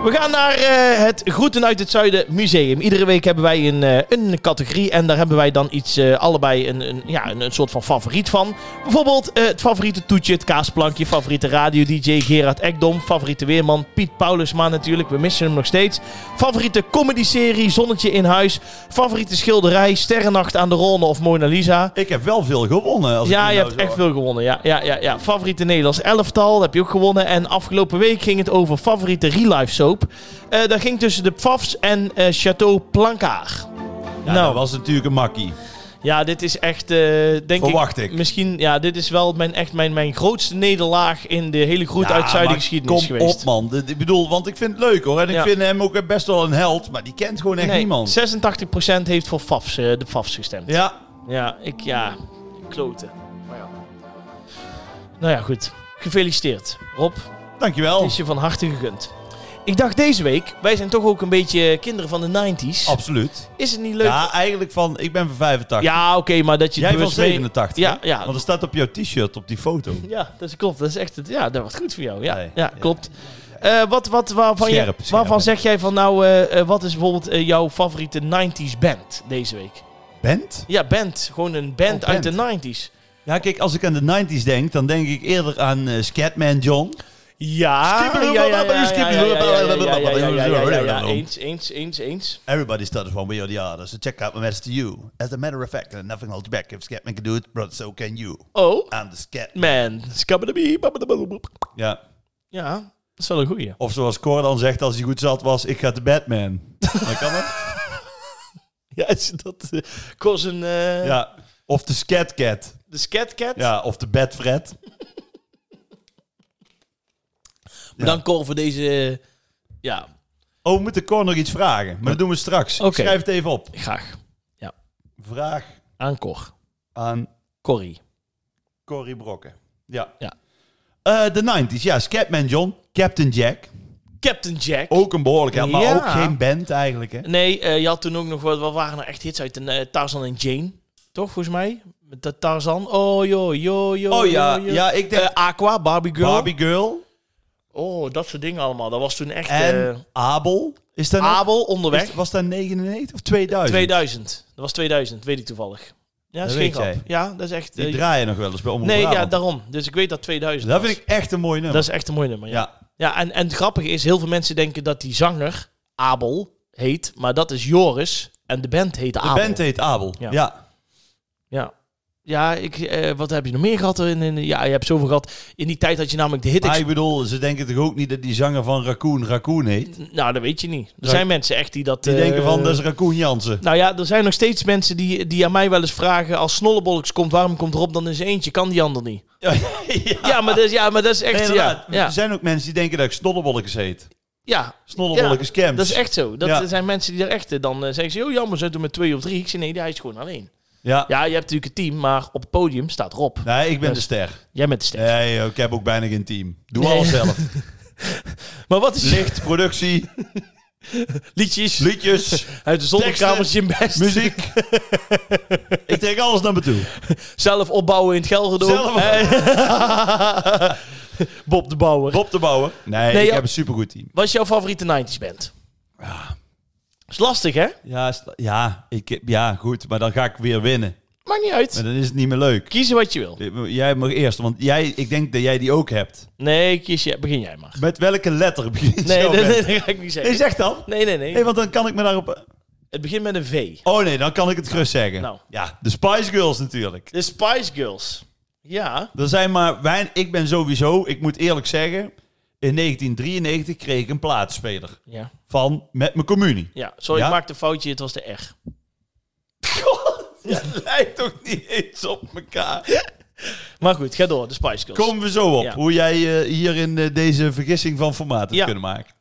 [SPEAKER 1] We gaan naar eh, het Groeten uit het Zuiden Museum. Iedere week hebben wij een, eh, een categorie en daar hebben wij dan iets, eh, allebei een, een, ja, een, een soort van favoriet van. Bijvoorbeeld eh, het favoriete toetje, het kaasplankje, favoriete radio-dj Gerard Ekdom, favoriete weerman Piet Paulusma natuurlijk, we missen hem nog steeds. Favoriete comedyserie Zonnetje in Huis, favoriete schilderij Sterrennacht aan de Ronde of Mona Lisa.
[SPEAKER 2] ik heb wel veel gewonnen. Als
[SPEAKER 1] Ja,
[SPEAKER 2] ik
[SPEAKER 1] je
[SPEAKER 2] nou
[SPEAKER 1] hebt
[SPEAKER 2] zo-
[SPEAKER 1] echt veel gewonnen. Ja, ja, ja, ja. Favoriete Nederlands elftal heb je ook gewonnen. En afgelopen week ging het over favoriete real life soap. Eh dat ging tussen de Pfafs en eh, Chateau Plancard.
[SPEAKER 2] Ja,
[SPEAKER 1] nou.
[SPEAKER 2] dat was natuurlijk een makkie.
[SPEAKER 1] Ja, dit is echt, eh, denk
[SPEAKER 2] Verwacht
[SPEAKER 1] ik,
[SPEAKER 2] ik.
[SPEAKER 1] misschien, ja, dit is wel mijn, echt mijn, mijn grootste nederlaag in de hele groet
[SPEAKER 2] Ja,
[SPEAKER 1] uit Zuiden
[SPEAKER 2] maar
[SPEAKER 1] geschiedenis
[SPEAKER 2] kom
[SPEAKER 1] geweest.
[SPEAKER 2] op, man. Dit- Ik bedoel, want ik vind het leuk, hoor. En ik
[SPEAKER 1] Ja.
[SPEAKER 2] vind hem ook best wel een held, maar die kent gewoon echt
[SPEAKER 1] Nee,
[SPEAKER 2] niemand.
[SPEAKER 1] 86% heeft voor Fafs, eh, de Fafs gestemd. Ja.
[SPEAKER 2] Ja,
[SPEAKER 1] ik, ja, kloten. Maar ja. Nou ja, goed. Gefeliciteerd, Rob.
[SPEAKER 2] dankjewel.
[SPEAKER 1] Het is je van harte gegund. Ik dacht deze week, wij zijn toch ook een beetje kinderen van de 90s.
[SPEAKER 2] Absoluut.
[SPEAKER 1] Is het niet leuk? Ja,
[SPEAKER 2] Ja, eigenlijk van, ik ben van 85.
[SPEAKER 1] oké, maar dat je
[SPEAKER 2] Jij
[SPEAKER 1] het
[SPEAKER 2] van
[SPEAKER 1] bewust mee-
[SPEAKER 2] 87,
[SPEAKER 1] Ja,
[SPEAKER 2] hè?
[SPEAKER 1] ja,
[SPEAKER 2] Want er staat op jouw t-shirt, op die foto.
[SPEAKER 1] [laughs] ja, dat is, klopt. Dat is echt, het- ja, dat was goed voor jou. Ja,
[SPEAKER 2] Nee,
[SPEAKER 1] ja
[SPEAKER 2] ja.
[SPEAKER 1] klopt. Eh, wat, wat, waarvan,
[SPEAKER 2] Scherp,
[SPEAKER 1] je,
[SPEAKER 2] scherp.
[SPEAKER 1] waarvan zeg jij van nou, eh, eh, wat is bijvoorbeeld eh, jouw favoriete 90s band deze week?
[SPEAKER 2] Bent?
[SPEAKER 1] Ja, band. Gewoon een band,
[SPEAKER 2] Oh, band.
[SPEAKER 1] uit de 90s.
[SPEAKER 2] Ja, kijk, als ik aan de 90s denk, dan denk ik eerder aan eh, Scatman John.
[SPEAKER 1] Ja,
[SPEAKER 2] Skibberubba,
[SPEAKER 1] ja, ja, ja, ja, ja, ja, ja, ja, ja, ja, ja, ja, ja,
[SPEAKER 2] Skibberubba.
[SPEAKER 1] eens, eens, eens, eens.
[SPEAKER 2] Everybody started from we are the others, so check out my message to you. As a matter of fact, and nothing holds you back. If Scatman can do it, brother, so can you.
[SPEAKER 1] Oh,
[SPEAKER 2] I'm the Scatman.
[SPEAKER 1] man. Skabbedabie, babbedabboeboep.
[SPEAKER 2] Ja.
[SPEAKER 1] Ja, dat is wel een goeie.
[SPEAKER 2] Of zoals Cor dan zegt als hij goed zat was, ik ga de Batman. [laughs] Dan kan dat?
[SPEAKER 1] [laughs] Ja, is dat eh, kost een... eh,
[SPEAKER 2] Ja. Of de Scatcat.
[SPEAKER 1] De Scatcat.
[SPEAKER 2] Ja, of de Batfred.
[SPEAKER 1] Bedankt Cor voor deze... eh, ja,
[SPEAKER 2] Oh, we moeten Cor nog iets vragen. Maar dat doen we straks. Ik
[SPEAKER 1] Oké.
[SPEAKER 2] Schrijf het even op.
[SPEAKER 1] graag.
[SPEAKER 2] Vraag
[SPEAKER 1] Aan Cor.
[SPEAKER 2] aan
[SPEAKER 1] Corrie.
[SPEAKER 2] Corrie Brokken. Ja.
[SPEAKER 1] Ja.
[SPEAKER 2] Eh, de 90s, ja. Scatman John, Captain Jack.
[SPEAKER 1] Captain Jack.
[SPEAKER 2] Ook een behoorlijk held, maar
[SPEAKER 1] Ja.
[SPEAKER 2] ook geen band eigenlijk. Hè?
[SPEAKER 1] Nee, eh, je had toen ook nog... Wat, wat waren nou echt hits uit? Een, eh, Tarzan en Jane. Toch, volgens mij? Met dat Tarzan. Oh, yo, yo, yo.
[SPEAKER 2] Oh ja,
[SPEAKER 1] yo, yo.
[SPEAKER 2] ja, ik denk
[SPEAKER 1] Eh, Aqua, Barbie Girl.
[SPEAKER 2] Barbie Girl
[SPEAKER 1] Oh, dat soort dingen allemaal. Dat was toen echt...
[SPEAKER 2] en
[SPEAKER 1] eh,
[SPEAKER 2] Abel. Is dat nog-
[SPEAKER 1] Abel, Onderweg.
[SPEAKER 2] is- was dat 99 of 2000?
[SPEAKER 1] 2000. Dat was 2000, weet ik toevallig. Ja, dat is
[SPEAKER 2] Dat
[SPEAKER 1] geen
[SPEAKER 2] weet
[SPEAKER 1] grap.
[SPEAKER 2] jij.
[SPEAKER 1] Ja, dat is echt...
[SPEAKER 2] Die
[SPEAKER 1] eh,
[SPEAKER 2] draaien nog wel eens bij Omroep
[SPEAKER 1] nee, ja,
[SPEAKER 2] Brabant.
[SPEAKER 1] daarom. Dus ik weet dat 2000
[SPEAKER 2] Dat
[SPEAKER 1] was.
[SPEAKER 2] vind ik echt een mooi nummer.
[SPEAKER 1] Dat is echt een mooi nummer, ja.
[SPEAKER 2] ja.
[SPEAKER 1] Ja, en, en het grappige is, heel veel mensen denken dat die zanger Abel heet, maar dat is Joris en de band heet
[SPEAKER 2] De
[SPEAKER 1] Abel.
[SPEAKER 2] band heet Abel.
[SPEAKER 1] Ja.
[SPEAKER 2] Ja.
[SPEAKER 1] Ja, ja ik, eh, wat heb je nog meer gehad? In, in- ja, je hebt zoveel gehad. In die tijd had je namelijk de hit...
[SPEAKER 2] Maar ik bedoel, ze denken toch ook niet dat die zanger van Raccoon Raccoon heet?
[SPEAKER 1] Nou, dat weet je niet. Er
[SPEAKER 2] Ja.
[SPEAKER 1] zijn mensen echt die dat...
[SPEAKER 2] Die
[SPEAKER 1] eh,
[SPEAKER 2] denken van, dat is Raccoon Jansen.
[SPEAKER 1] Nou ja, er zijn nog steeds mensen die, die aan mij wel eens vragen... als Snollebolleks komt, waarom komt Rob dan in zijn eentje? Kan die ander niet?
[SPEAKER 2] Ja,
[SPEAKER 1] [laughs] Ja, maar dat, is- ja, maar dat is echt... ja,
[SPEAKER 2] Ah. inderdaad. Dus-
[SPEAKER 1] ja,
[SPEAKER 2] Er zijn ook mensen die denken dat ik Snollebollekes heet.
[SPEAKER 1] ja,
[SPEAKER 2] Snollebollekes Camps.
[SPEAKER 1] dat is echt zo. Dat
[SPEAKER 2] Ja.
[SPEAKER 1] er zijn mensen die daar echt... eh, Dan eh, zeggen ze, oh jammer, ze doen met twee of drie. Ik zeg, nee, hij is gewoon alleen.
[SPEAKER 2] Ja.
[SPEAKER 1] Ja, je hebt natuurlijk een team, maar op het podium staat Rob.
[SPEAKER 2] Nee, ik ben
[SPEAKER 1] Dus-
[SPEAKER 2] de ster.
[SPEAKER 1] Jij bent de ster.
[SPEAKER 2] Nee, ik heb ook bijna geen team. Doe
[SPEAKER 1] Nee.
[SPEAKER 2] alles
[SPEAKER 1] [laughs]
[SPEAKER 2] zelf.
[SPEAKER 1] Maar wat is je
[SPEAKER 2] Licht, productie,
[SPEAKER 1] liedjes
[SPEAKER 2] liedjes,
[SPEAKER 1] uit de zonnekamertje in best?
[SPEAKER 2] muziek. ik trek alles naar me toe.
[SPEAKER 1] [laughs] Zelf opbouwen in het Gelderdoom.
[SPEAKER 2] Zelf-
[SPEAKER 1] Eh, Bob de Bouwer.
[SPEAKER 2] Bob te bouwen. Nee,
[SPEAKER 1] Nee,
[SPEAKER 2] ik
[SPEAKER 1] ja.
[SPEAKER 2] heb een supergoed team.
[SPEAKER 1] Wat is jouw favoriete 90s band? Is lastig, hè?
[SPEAKER 2] Ja, is- ja, ik, ja, goed, maar dan ga ik weer winnen.
[SPEAKER 1] Maakt niet uit.
[SPEAKER 2] Maar dan is het niet meer leuk.
[SPEAKER 1] Kiezen wat je wil.
[SPEAKER 2] Jij mag eerst, want jij, ik denk dat jij die ook hebt.
[SPEAKER 1] Nee, kies je, begin jij maar.
[SPEAKER 2] Met welke letter begin je?
[SPEAKER 1] Nee,
[SPEAKER 2] zo
[SPEAKER 1] nee,
[SPEAKER 2] met?
[SPEAKER 1] nee, dat ga ik niet
[SPEAKER 2] Nee,
[SPEAKER 1] zeggen.
[SPEAKER 2] zeg dan.
[SPEAKER 1] Nee, nee, nee.
[SPEAKER 2] Nee, want dan kan ik me daarop...
[SPEAKER 1] Het begint met een V.
[SPEAKER 2] Oh nee, dan kan ik het gerust zeggen.
[SPEAKER 1] Nou.
[SPEAKER 2] Ja, de Spice Girls natuurlijk.
[SPEAKER 1] De Spice Girls. Ja.
[SPEAKER 2] Er zijn maar weinig... Ik ben sowieso, ik moet eerlijk zeggen... In 1993 kreeg ik een plaatspeler.
[SPEAKER 1] Ja.
[SPEAKER 2] Van met mijn communie.
[SPEAKER 1] ja. Sorry,
[SPEAKER 2] Ja?
[SPEAKER 1] ik maakte een foutje. Het was de R.
[SPEAKER 2] Het [laughs] lijkt toch niet eens op elkaar.
[SPEAKER 1] Maar goed, ga door. De Spice Girls.
[SPEAKER 2] Komen we zo op
[SPEAKER 1] Ja.
[SPEAKER 2] hoe jij eh, hierin eh, deze vergissing van formaat hebt
[SPEAKER 1] Ja.
[SPEAKER 2] kunnen maken.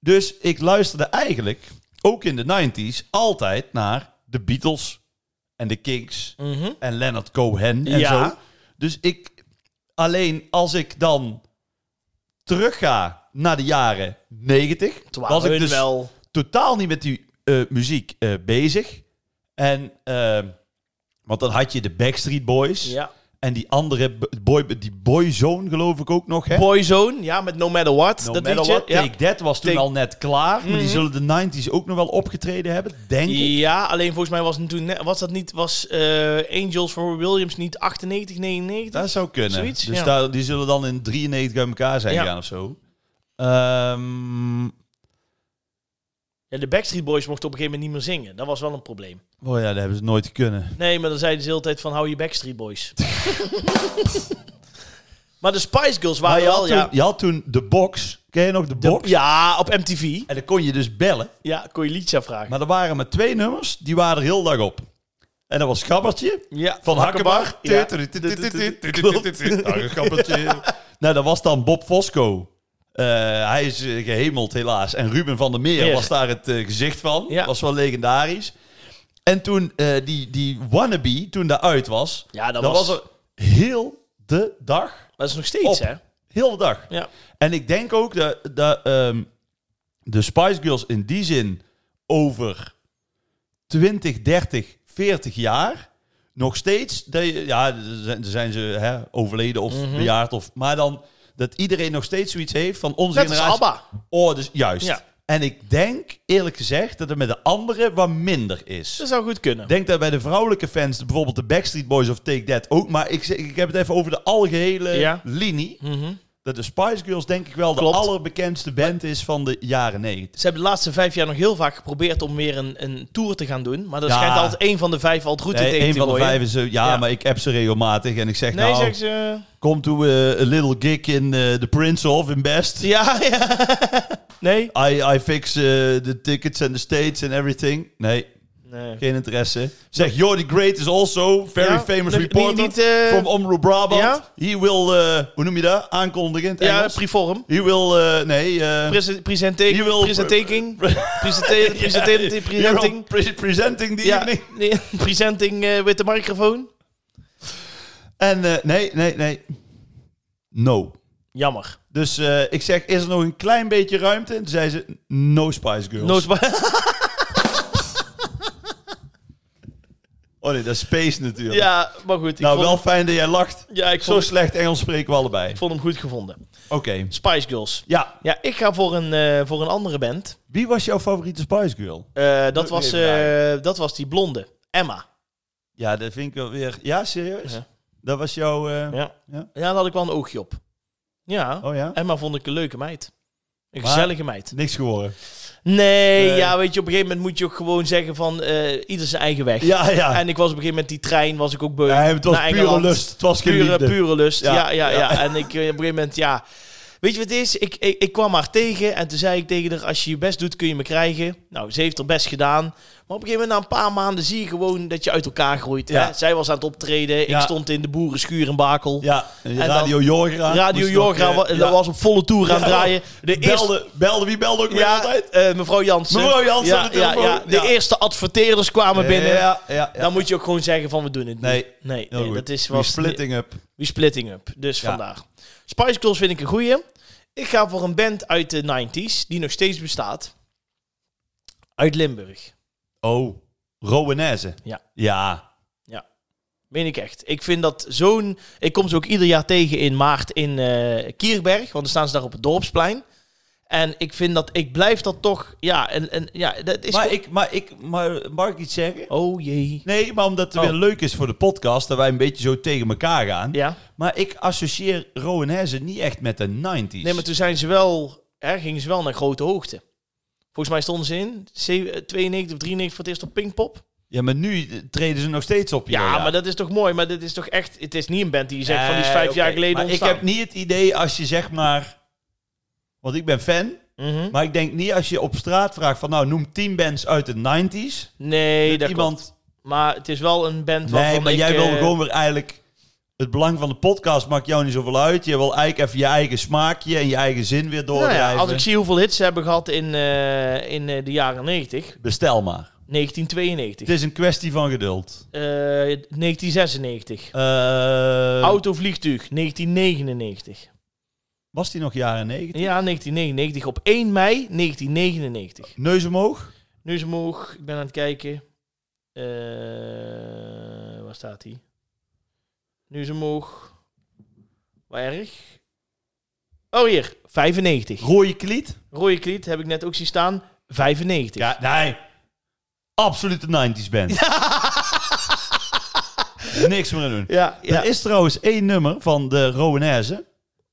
[SPEAKER 2] Dus ik luisterde eigenlijk, ook in de 90s, altijd naar de Beatles en de Kings
[SPEAKER 1] Mhm.
[SPEAKER 2] en Leonard Cohen en
[SPEAKER 1] Ja.
[SPEAKER 2] zo. Dus ik, alleen als ik dan terugga naar de jaren 90,
[SPEAKER 1] Toen
[SPEAKER 2] was
[SPEAKER 1] waren
[SPEAKER 2] ik
[SPEAKER 1] hun
[SPEAKER 2] dus
[SPEAKER 1] wel...
[SPEAKER 2] totaal niet met die eh, muziek eh, bezig. En, eh, want dan had je de Backstreet Boys.
[SPEAKER 1] Ja.
[SPEAKER 2] En die andere b- boy, die boyzone geloof ik ook nog. Hè?
[SPEAKER 1] Boyzone, ja, met No Matter What.
[SPEAKER 2] No
[SPEAKER 1] dat
[SPEAKER 2] Matter
[SPEAKER 1] liedje.
[SPEAKER 2] What,
[SPEAKER 1] ja.
[SPEAKER 2] Take That was toen
[SPEAKER 1] Take- Mhm.
[SPEAKER 2] al net klaar. Maar die zullen de 90s ook nog wel opgetreden hebben, denk ik.
[SPEAKER 1] Ja, alleen volgens mij was het toen net, was dat niet, was eh, Angels for Williams niet 98, 99?
[SPEAKER 2] Dat zou kunnen.
[SPEAKER 1] Zoiets,
[SPEAKER 2] dus
[SPEAKER 1] ja.
[SPEAKER 2] daar, die zullen dan in 93 uit elkaar zijn
[SPEAKER 1] Ja.
[SPEAKER 2] gegaan of zo. Ehm,
[SPEAKER 1] Ja, de Backstreet Boys mochten op een gegeven moment niet meer zingen. Dat was wel een probleem.
[SPEAKER 2] oh ja, dat hebben ze nooit kunnen.
[SPEAKER 1] Nee, maar dan zeiden ze de hele tijd van, hou je Backstreet Boys. [laughs] maar de Spice Girls
[SPEAKER 2] Maar
[SPEAKER 1] waren
[SPEAKER 2] je,
[SPEAKER 1] wel,
[SPEAKER 2] had toen,
[SPEAKER 1] ja.
[SPEAKER 2] je had toen de box. Ken je nog de,
[SPEAKER 1] De-
[SPEAKER 2] box?
[SPEAKER 1] ja, op MTV.
[SPEAKER 2] En dan kon je dus bellen.
[SPEAKER 1] Ja, kon je liedjes vragen.
[SPEAKER 2] Maar er waren maar twee nummers, die waren er heel dag op. En dat was Gabbertje
[SPEAKER 1] ja,
[SPEAKER 2] van Hakkebar.
[SPEAKER 1] Hakkebar. Ja.
[SPEAKER 2] Gabbertje. [laughs] Nou, dat was dan Bob Fosco. Eh, hij is eh, gehemeld helaas. En Ruben van der Meer
[SPEAKER 1] Meer.
[SPEAKER 2] was daar het eh, gezicht van.
[SPEAKER 1] Ja.
[SPEAKER 2] Was wel legendarisch. En toen eh, die, die wannabe, toen dat uit was,
[SPEAKER 1] Ja, dat
[SPEAKER 2] dan
[SPEAKER 1] was-
[SPEAKER 2] was er heel de dag
[SPEAKER 1] Dat is nog steeds,
[SPEAKER 2] Op.
[SPEAKER 1] hè?
[SPEAKER 2] Heel de dag.
[SPEAKER 1] Ja.
[SPEAKER 2] En ik denk ook dat, dat ehm, de Spice Girls in die zin over 20, 30, 40 jaar nog steeds... Dat je, ja, dan zijn- dan zijn ze hè, overleden of
[SPEAKER 1] Mhm.
[SPEAKER 2] bejaard. Of, maar dan dat iedereen nog steeds zoiets heeft van onze
[SPEAKER 1] Net als
[SPEAKER 2] generatie.
[SPEAKER 1] ABBA.
[SPEAKER 2] Oh, dus juist.
[SPEAKER 1] Ja.
[SPEAKER 2] En ik denk eerlijk gezegd dat het met de anderen wat minder is.
[SPEAKER 1] Dat zou goed kunnen.
[SPEAKER 2] Ik denk dat bij de vrouwelijke fans, bijvoorbeeld de Backstreet Boys of Take That ook. Maar ik, zeg- ik heb het even over de algehele
[SPEAKER 1] Ja.
[SPEAKER 2] linie.
[SPEAKER 1] Mhm.
[SPEAKER 2] Dat de Spice Girls denk ik wel
[SPEAKER 1] Klopt.
[SPEAKER 2] de allerbekendste band is van de jaren 90.
[SPEAKER 1] Ze hebben de laatste vijf jaar nog heel vaak geprobeerd om weer een, een tour te gaan doen. Maar dat
[SPEAKER 2] Ja.
[SPEAKER 1] schijnt altijd één van de vijf al het route
[SPEAKER 2] Nee,
[SPEAKER 1] tegen
[SPEAKER 2] een
[SPEAKER 1] te
[SPEAKER 2] van de
[SPEAKER 1] gooien.
[SPEAKER 2] vijf is... eh, Ja,
[SPEAKER 1] Ja.
[SPEAKER 2] maar ik heb ze regelmatig en ik zeg
[SPEAKER 1] Nee,
[SPEAKER 2] nou,
[SPEAKER 1] zeg ze.
[SPEAKER 2] kom toe eh, a little gig in eh, The Prince of in Best.
[SPEAKER 1] Ja, [laughs] ja. Nee?
[SPEAKER 2] I, I fix eh, the tickets and the states and everything. Nee,
[SPEAKER 1] Nee.
[SPEAKER 2] geen interesse. Zeg, Jordi Great is also very
[SPEAKER 1] Ja,
[SPEAKER 2] famous
[SPEAKER 1] nog-
[SPEAKER 2] reporter
[SPEAKER 1] niet- niet, eh,
[SPEAKER 2] from Omroep Brabant.
[SPEAKER 1] Ja?
[SPEAKER 2] He will, eh, hoe noem je dat? Aankondigen in het
[SPEAKER 1] Ja,
[SPEAKER 2] Engels.
[SPEAKER 1] preform.
[SPEAKER 2] He will, eh, nee... eh,
[SPEAKER 1] Presen- Presenting.
[SPEAKER 2] Je wil- [laughs]
[SPEAKER 1] Presentating. Presente- Presenting.
[SPEAKER 2] he will
[SPEAKER 1] Presenting.
[SPEAKER 2] pre- presenting the
[SPEAKER 1] Ja,
[SPEAKER 2] evening.
[SPEAKER 1] nee, [laughs] presenting eh, met de microfoon.
[SPEAKER 2] En eh, nee, nee, nee. No.
[SPEAKER 1] Jammer.
[SPEAKER 2] Dus eh, ik zeg, is er nog een klein beetje ruimte? En toen zei ze, no Spice Girls.
[SPEAKER 1] No spa-
[SPEAKER 2] oh nee, dat is Space natuurlijk.
[SPEAKER 1] ja, maar goed. Ik
[SPEAKER 2] nou,
[SPEAKER 1] vond,
[SPEAKER 2] wel fijn dat jij lacht.
[SPEAKER 1] ja, ik
[SPEAKER 2] Zo
[SPEAKER 1] vond,
[SPEAKER 2] slecht Engels spreken we allebei.
[SPEAKER 1] ik vond hem goed gevonden.
[SPEAKER 2] Oké.
[SPEAKER 1] Spice Girls.
[SPEAKER 2] Ja,
[SPEAKER 1] Ja, ik ga voor een, eh, voor een andere band.
[SPEAKER 2] wie was jouw favoriete Spice Girl?
[SPEAKER 1] Eh, dat,
[SPEAKER 2] Moet
[SPEAKER 1] was,
[SPEAKER 2] even
[SPEAKER 1] eh, dat was die blonde. Emma.
[SPEAKER 2] Ja, dat vind ik wel weer... Ja, serieus?
[SPEAKER 1] Ja.
[SPEAKER 2] Dat was jouw... eh,
[SPEAKER 1] Ja.
[SPEAKER 2] Ja?
[SPEAKER 1] ja, daar had ik wel een oogje op. Ja,
[SPEAKER 2] Oh ja?
[SPEAKER 1] Emma vond ik een leuke meid. Een
[SPEAKER 2] Maar-
[SPEAKER 1] gezellige meid.
[SPEAKER 2] Niks
[SPEAKER 1] [laughs]
[SPEAKER 2] geworden.
[SPEAKER 1] Nee,
[SPEAKER 2] Nee.
[SPEAKER 1] ja, weet je, op een gegeven moment moet je ook gewoon zeggen van eh, ieder zijn eigen weg.
[SPEAKER 2] Ja, ja.
[SPEAKER 1] En ik was op een gegeven moment die trein, was ik ook beu.
[SPEAKER 2] Ja, eh, het was
[SPEAKER 1] naar
[SPEAKER 2] pure
[SPEAKER 1] Engeland.
[SPEAKER 2] lust. Het was geen
[SPEAKER 1] Pure,
[SPEAKER 2] liefde.
[SPEAKER 1] pure lust.
[SPEAKER 2] Ja,
[SPEAKER 1] Ja, ja, ja.
[SPEAKER 2] ja. [laughs]
[SPEAKER 1] En ik eh, op een gegeven moment, ja. Weet je wat het is? Ik, ik, ik kwam haar tegen en toen zei ik tegen haar: Als je je best doet, kun je me krijgen. Nou, ze heeft haar best gedaan. Maar op een gegeven moment, na een paar maanden, zie je gewoon dat je uit elkaar groeit.
[SPEAKER 2] Ja.
[SPEAKER 1] Hè? Zij was aan het optreden. Ik
[SPEAKER 2] Ja.
[SPEAKER 1] stond in de boerenschuur in Bakel.
[SPEAKER 2] Ja,
[SPEAKER 1] dan-
[SPEAKER 2] Radio Jorgra.
[SPEAKER 1] Radio
[SPEAKER 2] moest nog,
[SPEAKER 1] Jorga
[SPEAKER 2] eh,
[SPEAKER 1] wa-
[SPEAKER 2] ja.
[SPEAKER 1] was op volle toer aan het
[SPEAKER 2] Ja.
[SPEAKER 1] draaien. De eerste
[SPEAKER 2] Belde, belde, wie belde ook weer
[SPEAKER 1] ja,
[SPEAKER 2] altijd?
[SPEAKER 1] eh, mevrouw Jansen.
[SPEAKER 2] Mevrouw Jansen
[SPEAKER 1] ja,
[SPEAKER 2] aan de
[SPEAKER 1] ja,
[SPEAKER 2] telefoon.
[SPEAKER 1] ja. De
[SPEAKER 2] Ja.
[SPEAKER 1] eerste adverteerders kwamen binnen.
[SPEAKER 2] Ja, ja, ja.
[SPEAKER 1] Dan moet je ook gewoon zeggen van we doen het
[SPEAKER 2] Nee,
[SPEAKER 1] niet. Nee,
[SPEAKER 2] Heel
[SPEAKER 1] nee
[SPEAKER 2] goed.
[SPEAKER 1] Eh, dat is
[SPEAKER 2] Die
[SPEAKER 1] wel
[SPEAKER 2] splitting up.
[SPEAKER 1] We splitting up. Dus
[SPEAKER 2] Ja.
[SPEAKER 1] vandaar. Spice Girls vind ik een goeie. Ik ga voor een band uit de 90s, die nog steeds bestaat. Uit Limburg.
[SPEAKER 2] Oh, Rowanese.
[SPEAKER 1] Ja.
[SPEAKER 2] Ja.
[SPEAKER 1] Meen ik echt. Ik vind dat zo'n... Ik kom ze ook ieder jaar tegen in maart in eh Kierberg. Want dan staan ze daar op het dorpsplein. En ik vind dat, ik blijf dat toch, ja, en, en ja, dat is
[SPEAKER 2] Maar
[SPEAKER 1] gewoon-
[SPEAKER 2] ik, maar ik, maar mag ik iets zeggen?
[SPEAKER 1] Oh jee.
[SPEAKER 2] Nee, maar omdat het
[SPEAKER 1] Oh.
[SPEAKER 2] weer leuk is voor de podcast, dat wij een beetje zo tegen elkaar gaan.
[SPEAKER 1] Ja.
[SPEAKER 2] Maar ik associeer Rowan Hezen niet echt met de 90s.
[SPEAKER 1] Nee, maar toen zijn ze wel, hè, gingen ze wel naar grote hoogte. Volgens mij stonden ze in ze- 92 of 93 voor het eerst op Pinkpop.
[SPEAKER 2] Ja, maar nu eh, treden ze nog steeds op.
[SPEAKER 1] Ja, maar dat is toch mooi, maar dit is toch echt, het is niet een band die je zegt van die is
[SPEAKER 2] Eh,
[SPEAKER 1] vijf
[SPEAKER 2] oké,
[SPEAKER 1] jaar geleden
[SPEAKER 2] maar
[SPEAKER 1] ontstaan.
[SPEAKER 2] Ik heb niet het idee als je zeg maar... Want ik ben fan,
[SPEAKER 1] Mhm.
[SPEAKER 2] maar ik denk niet als je op straat vraagt van... Nou, noem 10 bands uit de 90s.
[SPEAKER 1] Nee,
[SPEAKER 2] dat
[SPEAKER 1] dat
[SPEAKER 2] iemand...
[SPEAKER 1] klopt. Maar het is wel een band waarvan
[SPEAKER 2] Nee, maar
[SPEAKER 1] ik,
[SPEAKER 2] jij
[SPEAKER 1] eh,
[SPEAKER 2] wil gewoon weer eigenlijk... Het belang van de podcast maakt jou niet zoveel uit. Je wil eigenlijk even je eigen smaakje en je eigen zin weer
[SPEAKER 1] nou
[SPEAKER 2] doordrijven.
[SPEAKER 1] ja, als ik zie hoeveel hits ze hebben gehad in, eh, in eh, de jaren 90,
[SPEAKER 2] Bestel maar. Het
[SPEAKER 1] 1992,
[SPEAKER 2] is een kwestie van geduld.
[SPEAKER 1] eh, 1996,
[SPEAKER 2] Eh,
[SPEAKER 1] Autovliegtuig, 1999.
[SPEAKER 2] Was die nog jaren 90?
[SPEAKER 1] Ja, 1999, op 1 mei 1999.
[SPEAKER 2] Neus omhoog?
[SPEAKER 1] Nu is omhoog. Ik ben aan het kijken. Eh, waar staat hij? Nu is omhoog. Waar erg? Oh, hier. 95.
[SPEAKER 2] Rode kliet?
[SPEAKER 1] Rode kliet heb ik net ook zien staan. 95.
[SPEAKER 2] Ja, nee. Absolute 90s
[SPEAKER 1] [laughs]
[SPEAKER 2] band. Niks meer aan doen.
[SPEAKER 1] ja.
[SPEAKER 2] Er is trouwens één nummer van de Rowanese.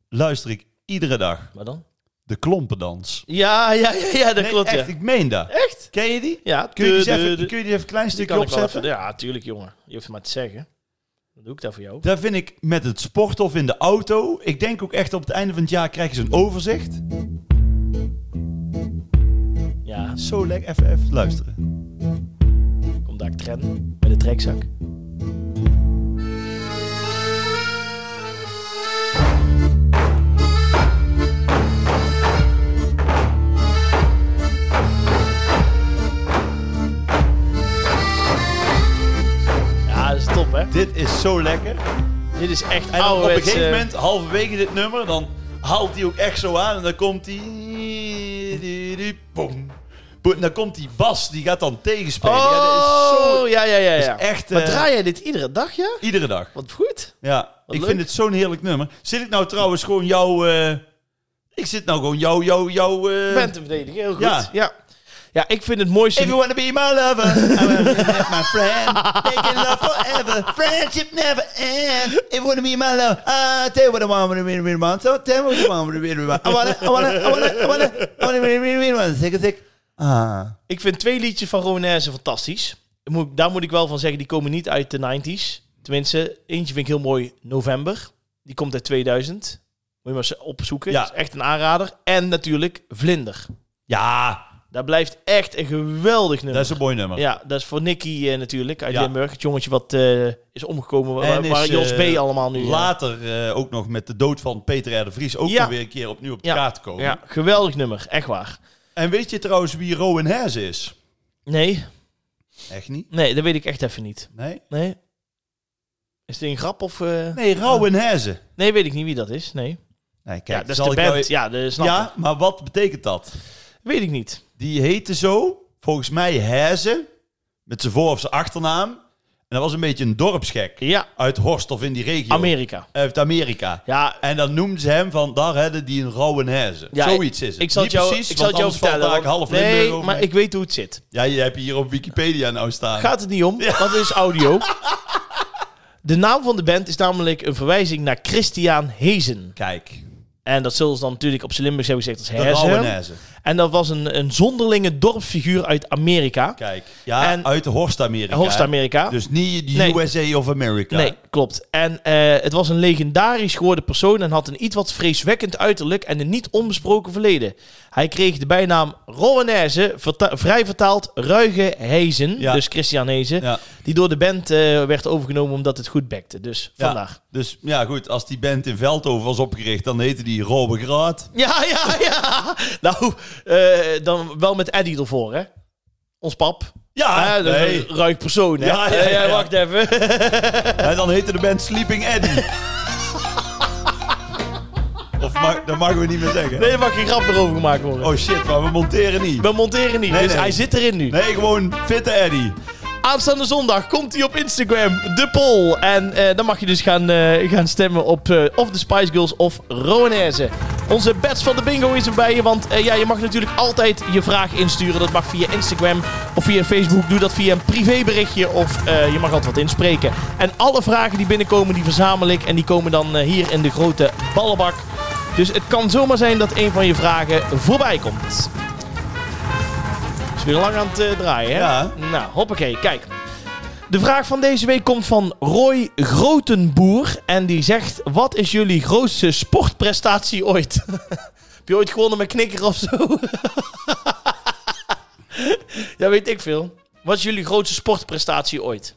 [SPEAKER 2] Luister ik iedere dag.
[SPEAKER 1] Maar dan?
[SPEAKER 2] De Klompendans.
[SPEAKER 1] Ja, ja, ja, ja dat
[SPEAKER 2] Nee,
[SPEAKER 1] klopt.
[SPEAKER 2] echt,
[SPEAKER 1] Ja.
[SPEAKER 2] ik meen dat.
[SPEAKER 1] Echt?
[SPEAKER 2] Ken je die?
[SPEAKER 1] Ja.
[SPEAKER 2] Kun je die eens
[SPEAKER 1] de- de-
[SPEAKER 2] even,
[SPEAKER 1] de-
[SPEAKER 2] kun je die even een klein
[SPEAKER 1] die
[SPEAKER 2] stukje
[SPEAKER 1] kan ik wel
[SPEAKER 2] opzetten?
[SPEAKER 1] even- Ja, tuurlijk, jongen. Je hoeft het maar te zeggen. Dan doe ik dat voor jou.
[SPEAKER 2] Daar vind ik met het sport of in de auto. Ik denk ook echt op het einde van het jaar krijg je zo'n overzicht.
[SPEAKER 1] Ja,
[SPEAKER 2] Zo lekker. Even, even luisteren.
[SPEAKER 1] kom daar ik tren met de trekzak. Ja, dat is top, hè?
[SPEAKER 2] Dit is zo lekker.
[SPEAKER 1] Dit is echt
[SPEAKER 2] En dan op een
[SPEAKER 1] ouderwets,
[SPEAKER 2] gegeven
[SPEAKER 1] eh,
[SPEAKER 2] moment, halverwege dit nummer, dan haalt hij ook echt zo aan en dan komt die. Boom. Boom. Dan komt die bas, die gaat dan tegenspelen. Ja, dat is zo...
[SPEAKER 1] Oh, ja, ja, ja. ja.
[SPEAKER 2] dat is echt,
[SPEAKER 1] maar
[SPEAKER 2] eh,
[SPEAKER 1] draai jij dit iedere dag, ja?
[SPEAKER 2] Iedere dag.
[SPEAKER 1] Wat goed.
[SPEAKER 2] Ja, ik
[SPEAKER 1] leuk.
[SPEAKER 2] vind het zo'n heerlijk nummer. Zit ik nou trouwens gewoon jouw. eh, ik zit nou gewoon jouw, jouw, jouw. eh,
[SPEAKER 1] Bent te verdedigen, heel goed.
[SPEAKER 2] ja.
[SPEAKER 1] Ja. ja. ik vind het mooiste...
[SPEAKER 2] If you wanna be my lover, I wanna be my friend. Making love forever, friendship never ends. If you wanna be my lover, I tell you what I want, wanna be my man. So tell me what you want, wanna be my man. I wanna, I wanna, I wanna, I wanna, I wanna be my man. Zeg, zeg. Ah.
[SPEAKER 1] Ik vind twee liedjes van Rowanese fantastisch. Ik moet- daar moet ik wel van zeggen, die komen niet uit de 90s. Tenminste, eentje vind ik heel mooi, November. Die komt uit 2000. Moet je maar eens opzoeken.
[SPEAKER 2] Ja.
[SPEAKER 1] Dat is echt een aanrader. En natuurlijk Vlinder.
[SPEAKER 2] Ja,
[SPEAKER 1] Daar blijft echt een geweldig nummer.
[SPEAKER 2] dat is een mooi nummer.
[SPEAKER 1] ja, dat is voor Nicky eh, natuurlijk uit
[SPEAKER 2] Ja.
[SPEAKER 1] Limburg. Het jongetje wat eh, is omgekomen, waar,
[SPEAKER 2] En
[SPEAKER 1] waar
[SPEAKER 2] is,
[SPEAKER 1] Jos
[SPEAKER 2] eh,
[SPEAKER 1] B. allemaal nu... eh,
[SPEAKER 2] Later eh, ook nog met de dood van Peter R. de Vries ook
[SPEAKER 1] Ja.
[SPEAKER 2] nog weer een keer opnieuw op de
[SPEAKER 1] Ja.
[SPEAKER 2] kaart komen.
[SPEAKER 1] ja, geweldig nummer, echt waar.
[SPEAKER 2] En weet je trouwens wie Rowan Hezen is?
[SPEAKER 1] Nee,
[SPEAKER 2] Echt niet?
[SPEAKER 1] nee, dat weet ik echt even niet.
[SPEAKER 2] Nee?
[SPEAKER 1] Nee. Is dit een grap of... eh?
[SPEAKER 2] Nee, Rowan Hezen.
[SPEAKER 1] Nee, weet ik niet wie dat is, nee.
[SPEAKER 2] Nee, kijk,
[SPEAKER 1] Ja, dat is
[SPEAKER 2] zal
[SPEAKER 1] de
[SPEAKER 2] ik
[SPEAKER 1] band.
[SPEAKER 2] jou-
[SPEAKER 1] Ja, dat snap
[SPEAKER 2] ja,
[SPEAKER 1] ik.
[SPEAKER 2] maar wat betekent dat?
[SPEAKER 1] Weet ik niet.
[SPEAKER 2] Die heette zo, volgens mij Hezen, met zijn voor- of zijn achternaam. En dat was een beetje een dorpsgek.
[SPEAKER 1] Ja,
[SPEAKER 2] Uit Horst of in die regio.
[SPEAKER 1] Amerika.
[SPEAKER 2] Uit Amerika.
[SPEAKER 1] Ja,
[SPEAKER 2] En dan noemden ze hem van, daar hadden die een rauwe Hezen.
[SPEAKER 1] Ja,
[SPEAKER 2] Zoiets is het.
[SPEAKER 1] ik zal het
[SPEAKER 2] Niet
[SPEAKER 1] jou,
[SPEAKER 2] precies,
[SPEAKER 1] ik zal het jou
[SPEAKER 2] want anders
[SPEAKER 1] vertellen.
[SPEAKER 2] valt daar
[SPEAKER 1] want-
[SPEAKER 2] half Limburg
[SPEAKER 1] nee,
[SPEAKER 2] over
[SPEAKER 1] maar
[SPEAKER 2] mee.
[SPEAKER 1] ik weet hoe het zit.
[SPEAKER 2] Ja, je hebt hier op Wikipedia nou staan.
[SPEAKER 1] Gaat het niet om, want het is
[SPEAKER 2] [laughs]
[SPEAKER 1] audio. De naam van de band is namelijk een verwijzing naar Christian Hezen.
[SPEAKER 2] Kijk,
[SPEAKER 1] En dat zullen ze dan natuurlijk op zijn Limburgs hebben gezegd
[SPEAKER 2] de
[SPEAKER 1] als
[SPEAKER 2] rauwe
[SPEAKER 1] Hezen.
[SPEAKER 2] Hezen.
[SPEAKER 1] En dat was een, een zonderlinge dorpsfiguur uit Amerika.
[SPEAKER 2] Kijk, ja,
[SPEAKER 1] En-
[SPEAKER 2] uit Horst-Amerika.
[SPEAKER 1] Horst-Amerika.
[SPEAKER 2] Dus niet de
[SPEAKER 1] Nee.
[SPEAKER 2] USA of America.
[SPEAKER 1] Nee, klopt. En eh, het was een legendarisch geworden persoon en had een iets wat vreeswekkend uiterlijk en een niet onbesproken verleden. Hij kreeg de bijnaam Rowanese, verta- vrij vertaald Ruige Hezen,
[SPEAKER 2] Ja.
[SPEAKER 1] dus Christian Hezen,
[SPEAKER 2] Ja.
[SPEAKER 1] die door de band eh, werd overgenomen omdat het goed bekte. Dus
[SPEAKER 2] Ja.
[SPEAKER 1] vandaar.
[SPEAKER 2] Dus ja, goed, als die band in Veldhoven was opgericht, dan heette die Robbe Graat.
[SPEAKER 1] Ja, ja, ja. Nou, eh, dan wel met Eddie ervoor, hè? Ons pap.
[SPEAKER 2] Ja,
[SPEAKER 1] Hè, dus dat is
[SPEAKER 2] Ah, nee. [laughs]
[SPEAKER 1] een ruig persoon, hè?
[SPEAKER 2] Ja, ja,
[SPEAKER 1] [laughs] Eh,
[SPEAKER 2] ja.
[SPEAKER 1] wacht even.
[SPEAKER 2] En dan heette de band Sleeping Eddie. of mag, dat mogen we niet meer zeggen.
[SPEAKER 1] Nee, er mag geen grap meer over gemaakt worden.
[SPEAKER 2] Oh shit, maar we monteren niet.
[SPEAKER 1] We monteren niet,
[SPEAKER 2] Nee,
[SPEAKER 1] dus
[SPEAKER 2] nee.
[SPEAKER 1] hij zit erin nu.
[SPEAKER 2] Nee, gewoon fitte Eddie.
[SPEAKER 1] Aanstaande zondag komt hij op Instagram, de poll. En eh, dan mag je dus gaan, eh, gaan stemmen op eh, of de Spice Girls of Rowanese. Onze bets van de bingo is erbij. Want eh, ja, je mag natuurlijk altijd je vraag insturen. Dat mag via Instagram of via Facebook. Doe dat via een privéberichtje of eh, je mag altijd wat inspreken. En alle vragen die binnenkomen, die verzamel ik. En die komen dan eh, hier in de grote ballenbak. Dus het kan zomaar zijn dat een van je vragen voorbij komt. Is weer lang aan het eh, draaien, hè?
[SPEAKER 2] Ja.
[SPEAKER 1] Nou, hoppakee, kijk. De vraag van deze week komt van Roy Grotenboer. En die zegt: Wat is jullie grootste sportprestatie ooit? [laughs] Heb je ooit gewonnen met knikker of zo? [laughs] ja, weet ik veel. Wat is jullie grootste sportprestatie ooit?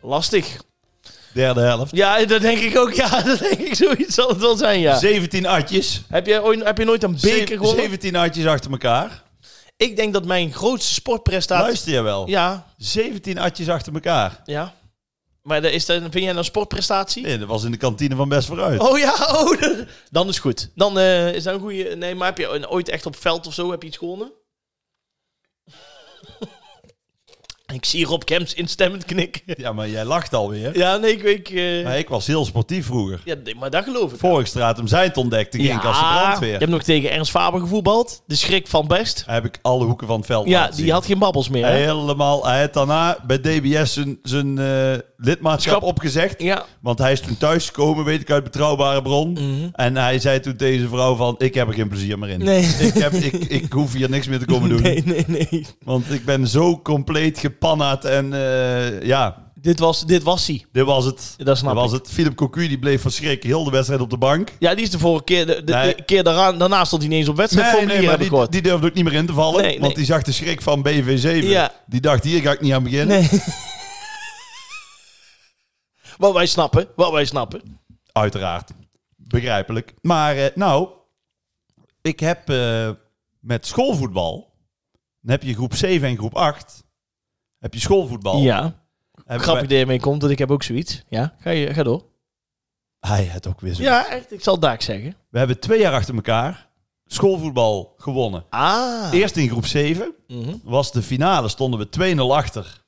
[SPEAKER 1] Lastig.
[SPEAKER 2] Derde helft.
[SPEAKER 1] Ja, dat denk ik ook. [laughs] Ja, dat denk ik. Zoiets zal het wel zijn, ja.
[SPEAKER 2] 17 atjes.
[SPEAKER 1] Heb je, ooit, heb je nooit een beker
[SPEAKER 2] Ze-
[SPEAKER 1] gewonnen?
[SPEAKER 2] 17 atjes achter elkaar.
[SPEAKER 1] Ik denk dat mijn grootste sportprestatie...
[SPEAKER 2] Luister je wel.
[SPEAKER 1] Ja,
[SPEAKER 2] 17 atjes achter elkaar.
[SPEAKER 1] ja. Maar dat is dat, vind jij dat een sportprestatie?
[SPEAKER 2] Nee, dat was in de kantine van Best Vooruit.
[SPEAKER 1] Oh ja, oh, dat- dan is goed. Dan eh, is dat een goede. Nee, maar heb je een- ooit echt op veld of zo heb je iets gewonnen? [laughs] ik zie Rob Kemps instemmend knikken.
[SPEAKER 2] Ja, maar jij lacht alweer.
[SPEAKER 1] ja, nee, ik. ik eh,
[SPEAKER 2] Maar ik was heel sportief vroeger.
[SPEAKER 1] ja, nee, maar dat geloof ik.
[SPEAKER 2] Vorigstraat hem zijn te ontdekte, ging ik als de
[SPEAKER 1] Je
[SPEAKER 2] brandweer.
[SPEAKER 1] hebt nog tegen Ernst Faber gevoetbald. De schrik van best.
[SPEAKER 2] Heb ik alle hoeken van het veld
[SPEAKER 1] Ja,
[SPEAKER 2] laten zien.
[SPEAKER 1] die had geen babbels meer. Hè?
[SPEAKER 2] Helemaal. Hij had daarna bij DBS zijn, zijn eh, lidmaatschap
[SPEAKER 1] Schap.
[SPEAKER 2] opgezegd.
[SPEAKER 1] Ja.
[SPEAKER 2] Want hij is toen thuisgekomen, weet ik uit betrouwbare bron. En hij zei toen tegen zijn vrouw van, ik heb er geen plezier meer in.
[SPEAKER 1] Mhm. Nee.
[SPEAKER 2] [laughs]
[SPEAKER 1] [laughs]
[SPEAKER 2] Ik, heb, ik, ik hoef hier niks meer te komen doen.
[SPEAKER 1] Nee, nee, nee.
[SPEAKER 2] Want ik ben zo compleet gepannaat. En eh, ja,
[SPEAKER 1] Dit was, dit was hij.
[SPEAKER 2] dit was het.
[SPEAKER 1] Dat snap
[SPEAKER 2] Dit was het. Philip Cocu die bleef verschrikken. Heel de wedstrijd op de bank.
[SPEAKER 1] Ja, die is de vorige keer. De, de-
[SPEAKER 2] Nee.
[SPEAKER 1] de keer daaraan, daarna stond hij ineens op
[SPEAKER 2] Nee,
[SPEAKER 1] wedstrijdformulier,
[SPEAKER 2] nee, maar
[SPEAKER 1] heb ik
[SPEAKER 2] die,
[SPEAKER 1] gehoord.
[SPEAKER 2] die durfde ook niet meer in te vallen.
[SPEAKER 1] Nee, nee.
[SPEAKER 2] Want die zag de schrik van BV7.
[SPEAKER 1] Ja.
[SPEAKER 2] Die dacht, hier ga ik niet aan beginnen.
[SPEAKER 1] Nee. [laughs] wat wij snappen, wat wij snappen.
[SPEAKER 2] Uiteraard. Begrijpelijk. Maar eh, nou, ik heb eh, met schoolvoetbal. Dan heb je groep 7 en groep 8. Heb je schoolvoetbal.
[SPEAKER 1] Ja.
[SPEAKER 2] Heb ik
[SPEAKER 1] Grappig
[SPEAKER 2] bij-
[SPEAKER 1] dat je mee komt, want ik heb ook zoiets. Ja, ga, je, ga door.
[SPEAKER 2] Hij het ook weer zo.
[SPEAKER 1] Ja, echt, ik zal het daak zeggen.
[SPEAKER 2] We hebben twee jaar achter elkaar schoolvoetbal gewonnen.
[SPEAKER 1] Ah.
[SPEAKER 2] Eerst in groep 7
[SPEAKER 1] Mhm.
[SPEAKER 2] was de finale. Stonden we 2-0 achter.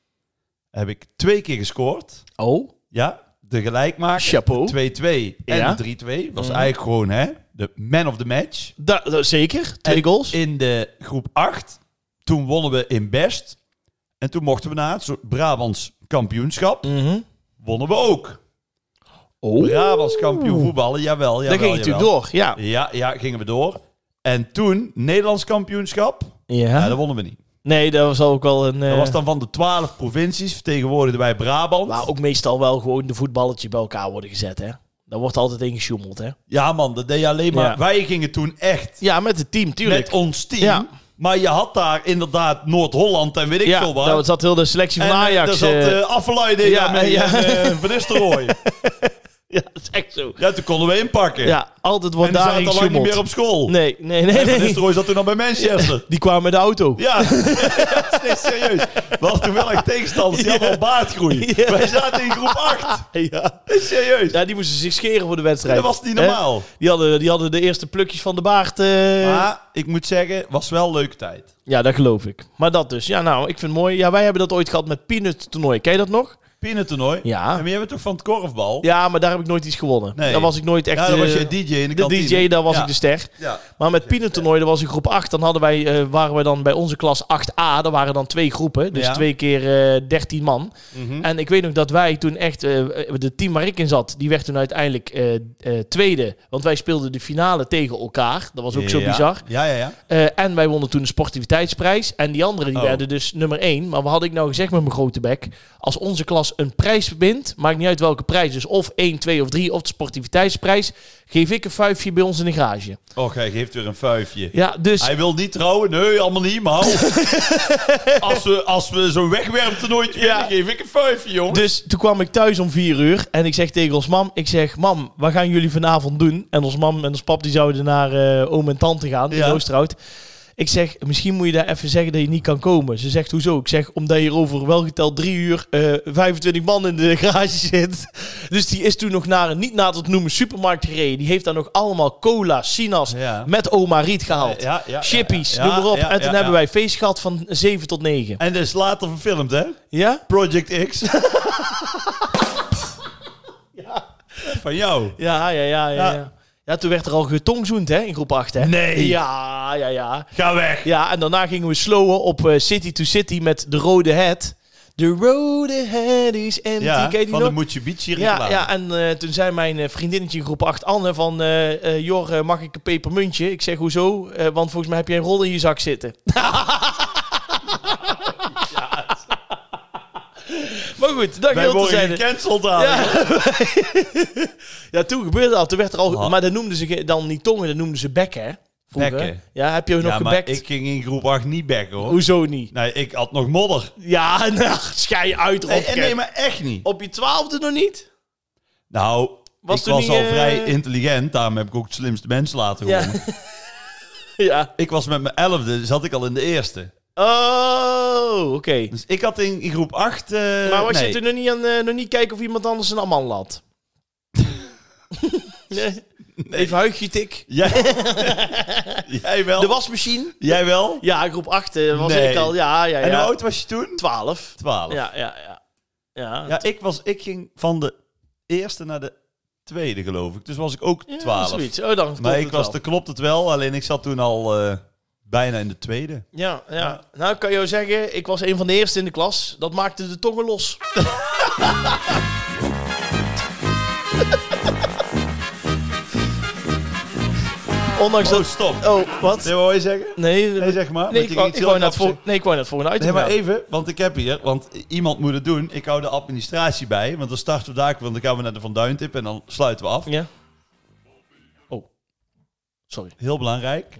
[SPEAKER 2] Heb ik twee keer gescoord.
[SPEAKER 1] Oh,
[SPEAKER 2] Ja, de gelijkmaker.
[SPEAKER 1] Chapeau.
[SPEAKER 2] 2-2 en
[SPEAKER 1] Ja.
[SPEAKER 2] de 3-2.
[SPEAKER 1] Mhm.
[SPEAKER 2] Was eigenlijk gewoon hè, de man of the match.
[SPEAKER 1] da, da- zeker. Twee
[SPEAKER 2] En
[SPEAKER 1] goals.
[SPEAKER 2] In de groep 8. Toen wonnen we in Best. En toen mochten we naar het soort Brabants kampioenschap.
[SPEAKER 1] Mhm.
[SPEAKER 2] Wonnen we ook.
[SPEAKER 1] Oh,
[SPEAKER 2] Brabants kampioen voetballen, jawel. jawel
[SPEAKER 1] daar ging het
[SPEAKER 2] jawel.
[SPEAKER 1] natuurlijk door. Ja.
[SPEAKER 2] Ja, ja, gingen we door. En toen Nederlands kampioenschap. Ja,
[SPEAKER 1] ja.
[SPEAKER 2] dat wonnen we niet.
[SPEAKER 1] Nee, dat was ook wel een... eh,
[SPEAKER 2] Dat was dan van de 12 provincies vertegenwoordigden wij Brabant.
[SPEAKER 1] Waar ook meestal wel gewoon de voetballertjes bij elkaar worden gezet, hè. Daar wordt altijd in gesjoemeld, hè.
[SPEAKER 2] Ja man, dat deed je alleen maar.
[SPEAKER 1] Ja.
[SPEAKER 2] Wij gingen toen echt
[SPEAKER 1] Ja, met het team, tuurlijk.
[SPEAKER 2] met ons team.
[SPEAKER 1] Ja.
[SPEAKER 2] Maar je had daar inderdaad Noord-Holland en weet ik
[SPEAKER 1] ja,
[SPEAKER 2] veel wat.
[SPEAKER 1] daar zat heel de selectie van
[SPEAKER 2] En, eh,
[SPEAKER 1] Ajax.
[SPEAKER 2] Daar zat
[SPEAKER 1] eh,
[SPEAKER 2] eh Affelay
[SPEAKER 1] ja,
[SPEAKER 2] ja, mee
[SPEAKER 1] ja.
[SPEAKER 2] en, eh, Van Nistelrooy.
[SPEAKER 1] [laughs] ja, dat is echt zo.
[SPEAKER 2] Ja, toen konden we inpakken.
[SPEAKER 1] Ja, altijd
[SPEAKER 2] en
[SPEAKER 1] wordt
[SPEAKER 2] die
[SPEAKER 1] daar
[SPEAKER 2] zaten al lang niet
[SPEAKER 1] gesjoemeld.
[SPEAKER 2] meer op school.
[SPEAKER 1] Nee, nee,
[SPEAKER 2] En
[SPEAKER 1] nee, [laughs]
[SPEAKER 2] Van
[SPEAKER 1] nee.
[SPEAKER 2] Nistelrooy zat toen al bij Manchester.
[SPEAKER 1] [laughs] Die kwamen met de auto.
[SPEAKER 2] Ja, [laughs] dat is niet serieus. We hadden toen wel echt tegenstanders. Die hadden al baardgroei.
[SPEAKER 1] Ja.
[SPEAKER 2] Wij zaten in groep 8.
[SPEAKER 1] Ja.
[SPEAKER 2] Dat is serieus.
[SPEAKER 1] die moesten zich scheren voor de wedstrijd.
[SPEAKER 2] Dat was niet
[SPEAKER 1] Hè?
[SPEAKER 2] normaal.
[SPEAKER 1] Die hadden, die hadden de eerste plukjes van de baard. eh,
[SPEAKER 2] Maar ik moet zeggen, was wel een leuke tijd.
[SPEAKER 1] Ja, dat geloof ik. Maar dat dus. Ja, nou, ik vind het mooi. Ja, wij hebben dat ooit gehad met Peanut toernooi. Ken je dat nog?
[SPEAKER 2] Pinnentoernooi.
[SPEAKER 1] Ja.
[SPEAKER 2] En we hebben toch van het korfbal?
[SPEAKER 1] Ja, maar daar heb ik nooit iets gewonnen.
[SPEAKER 2] Nee.
[SPEAKER 1] Daar was ik nooit echt...
[SPEAKER 2] Ja, dan was
[SPEAKER 1] eh,
[SPEAKER 2] je DJ in de
[SPEAKER 1] de
[SPEAKER 2] kantine.
[SPEAKER 1] DJ, daar was
[SPEAKER 2] Ja.
[SPEAKER 1] ik dus- de ster.
[SPEAKER 2] Ja.
[SPEAKER 1] Maar met Peanut toernooi, dat was in groep 8. Dan hadden wij, eh, waren we dan bij onze klas 8A. Daar waren dan twee groepen. Dus
[SPEAKER 2] Ja.
[SPEAKER 1] twee keer eh 13 man.
[SPEAKER 2] Mhm.
[SPEAKER 1] En ik weet nog dat wij toen echt, eh de team waar ik in zat, die werd toen uiteindelijk eh, eh, tweede. Want wij speelden de finale tegen elkaar. Dat was ook zo
[SPEAKER 2] Ja.
[SPEAKER 1] bizar.
[SPEAKER 2] Ja, ja, ja.
[SPEAKER 1] Eh, en wij wonnen toen de sportiviteitsprijs. En die anderen die
[SPEAKER 2] Oh.
[SPEAKER 1] werden dus nummer één. Maar wat had ik nou gezegd met mijn grote bek? Als onze klas een prijs wint, maakt niet uit welke prijs. Dus of 1, 2 of 3 of de sportiviteitsprijs. Geef ik een vuifje bij ons in de garage.
[SPEAKER 2] Och, hij geeft weer een vuifje.
[SPEAKER 1] Ja, dus...
[SPEAKER 2] Hij wil niet trouwen. Nee, allemaal niet, maar hou.
[SPEAKER 1] [laughs]
[SPEAKER 2] als we, als we zo'n wegwerptoernooitje
[SPEAKER 1] Ja.
[SPEAKER 2] winnen, geef ik een vuifje, jongen.
[SPEAKER 1] Dus toen kwam ik thuis om vier uur en ik zeg tegen ons mam, ik zeg, mam, wat gaan jullie vanavond doen? En ons mam en ons pap die zouden naar eh, oom en tante gaan, in
[SPEAKER 2] Ja.
[SPEAKER 1] Oosterhout. Ik zeg, misschien moet je daar even zeggen dat je niet kan komen. Ze zegt, hoezo? Ik zeg, omdat hier over wel geteld drie uur eh, 25 man in de [laughs] garage zit. Dus die is toen nog naar een niet na te noemen supermarkt gereden. Die heeft daar nog allemaal cola, sinaas,
[SPEAKER 2] Ja.
[SPEAKER 1] met oma Riet gehaald.
[SPEAKER 2] Ja, ja, ja,
[SPEAKER 1] Chippies,
[SPEAKER 2] ja, ja,
[SPEAKER 1] noem maar op.
[SPEAKER 2] ja,
[SPEAKER 1] en toen
[SPEAKER 2] ja,
[SPEAKER 1] hebben
[SPEAKER 2] ja.
[SPEAKER 1] wij feest gehad van 7 tot 9.
[SPEAKER 2] En dat is later verfilmd, hè?
[SPEAKER 1] Ja?
[SPEAKER 2] Project
[SPEAKER 1] [laughs]
[SPEAKER 2] X. Van jou.
[SPEAKER 1] Ja, ja, ja, ja.
[SPEAKER 2] Ja.
[SPEAKER 1] ja. Ja, toen werd er al getongzoend hè, in groep 8. Hè?
[SPEAKER 2] Nee.
[SPEAKER 1] Ja, ja, ja.
[SPEAKER 2] Ga weg.
[SPEAKER 1] Ja, en daarna gingen we slowen op eh, City to City met de Rode Head. De Rode Head is empty.
[SPEAKER 2] Ja,
[SPEAKER 1] Ken je die
[SPEAKER 2] van de
[SPEAKER 1] nog?
[SPEAKER 2] Moetje Beach hier
[SPEAKER 1] Ja, ja, en eh, toen zei mijn eh, vriendinnetje in groep 8, Anne, van... eh, eh, Jor, eh, mag ik een pepermuntje? Ik zeg, hoezo? Eh, want volgens mij heb je een rol in je zak zitten. [laughs]
[SPEAKER 2] [laughs]
[SPEAKER 1] Maar goed, dat
[SPEAKER 2] Wij
[SPEAKER 1] geldt te
[SPEAKER 2] worden
[SPEAKER 1] zijn.
[SPEAKER 2] gecanceld aan.
[SPEAKER 1] Ja. [laughs] ja, toen gebeurde dat. Toen werd er al...
[SPEAKER 2] Ah.
[SPEAKER 1] Maar dat noemden ze ge- dan niet tongen, dat noemden ze bekken, hè? Vroeger.
[SPEAKER 2] Bekken.
[SPEAKER 1] Ja, heb je ook nog
[SPEAKER 2] Ja, maar
[SPEAKER 1] gebekt?
[SPEAKER 2] ik ging in groep 8 niet back hoor.
[SPEAKER 1] Hoezo niet?
[SPEAKER 2] Nee, ik had nog modder.
[SPEAKER 1] Ja, [laughs] nou, schei uit,
[SPEAKER 2] Nee,
[SPEAKER 1] Robke.
[SPEAKER 2] nee, maar echt niet.
[SPEAKER 1] Op je twaalfde nog niet?
[SPEAKER 2] Nou,
[SPEAKER 1] Was
[SPEAKER 2] ik
[SPEAKER 1] toen
[SPEAKER 2] was
[SPEAKER 1] niet,
[SPEAKER 2] al
[SPEAKER 1] eh,
[SPEAKER 2] vrij intelligent. Daarom heb ik ook het slimste mens laten
[SPEAKER 1] Ja.
[SPEAKER 2] worden.
[SPEAKER 1] [laughs] Ja.
[SPEAKER 2] Ik was met mijn elfde, zat ik al in de eerste.
[SPEAKER 1] Oh, oké.
[SPEAKER 2] Dus ik had in, in groep 8...
[SPEAKER 1] Maar was
[SPEAKER 2] nee.
[SPEAKER 1] je toen nog niet, aan, eh, nog niet kijken of iemand anders een amman
[SPEAKER 2] [laughs]
[SPEAKER 1] lat? nee. Even huigje tik. [laughs]
[SPEAKER 2] Jij, jij wel?
[SPEAKER 1] De wasmachine?
[SPEAKER 2] Jij wel?
[SPEAKER 1] Ja, groep 8 was
[SPEAKER 2] Nee.
[SPEAKER 1] ik al. Ja, ja, ja.
[SPEAKER 2] En hoe oud was je toen?
[SPEAKER 1] 12.
[SPEAKER 2] 12. Ja,
[SPEAKER 1] Ja, ja, ja. Ja,
[SPEAKER 2] ik, was, ik ging van de eerste naar de tweede, geloof ik. Dus was ik ook
[SPEAKER 1] Ja,
[SPEAKER 2] 12.
[SPEAKER 1] zoiets. Oh, dan klopt
[SPEAKER 2] maar ik
[SPEAKER 1] het
[SPEAKER 2] was,
[SPEAKER 1] wel.
[SPEAKER 2] te klopt het wel. Alleen ik zat toen al eh, bijna in de tweede.
[SPEAKER 1] Ja, ja. Nou, ik kan jou zeggen, ik was een van de eerste in de klas. Dat maakte de
[SPEAKER 2] [laughs]
[SPEAKER 1] tongen los. Ondanks
[SPEAKER 2] Oh,
[SPEAKER 1] dat...
[SPEAKER 2] stop.
[SPEAKER 1] Oh, wat?
[SPEAKER 2] Nee, wat wil je zeggen?
[SPEAKER 1] Nee,
[SPEAKER 2] Nee, zeg maar. want
[SPEAKER 1] nee, ik
[SPEAKER 2] je
[SPEAKER 1] wou-
[SPEAKER 2] ging
[SPEAKER 1] ik
[SPEAKER 2] iets
[SPEAKER 1] wou
[SPEAKER 2] heel
[SPEAKER 1] naar het vol-
[SPEAKER 2] knap
[SPEAKER 1] nee, ik wou naar het volgende
[SPEAKER 2] Nee,
[SPEAKER 1] item
[SPEAKER 2] maar
[SPEAKER 1] gaan.
[SPEAKER 2] even, want ik heb hier, want iemand moet het doen. Ik hou de administratie bij, want dan starten we daar, want dan gaan we naar de Van Duin tip en dan sluiten we af.
[SPEAKER 1] Ja. Oh. Sorry.
[SPEAKER 2] Heel belangrijk.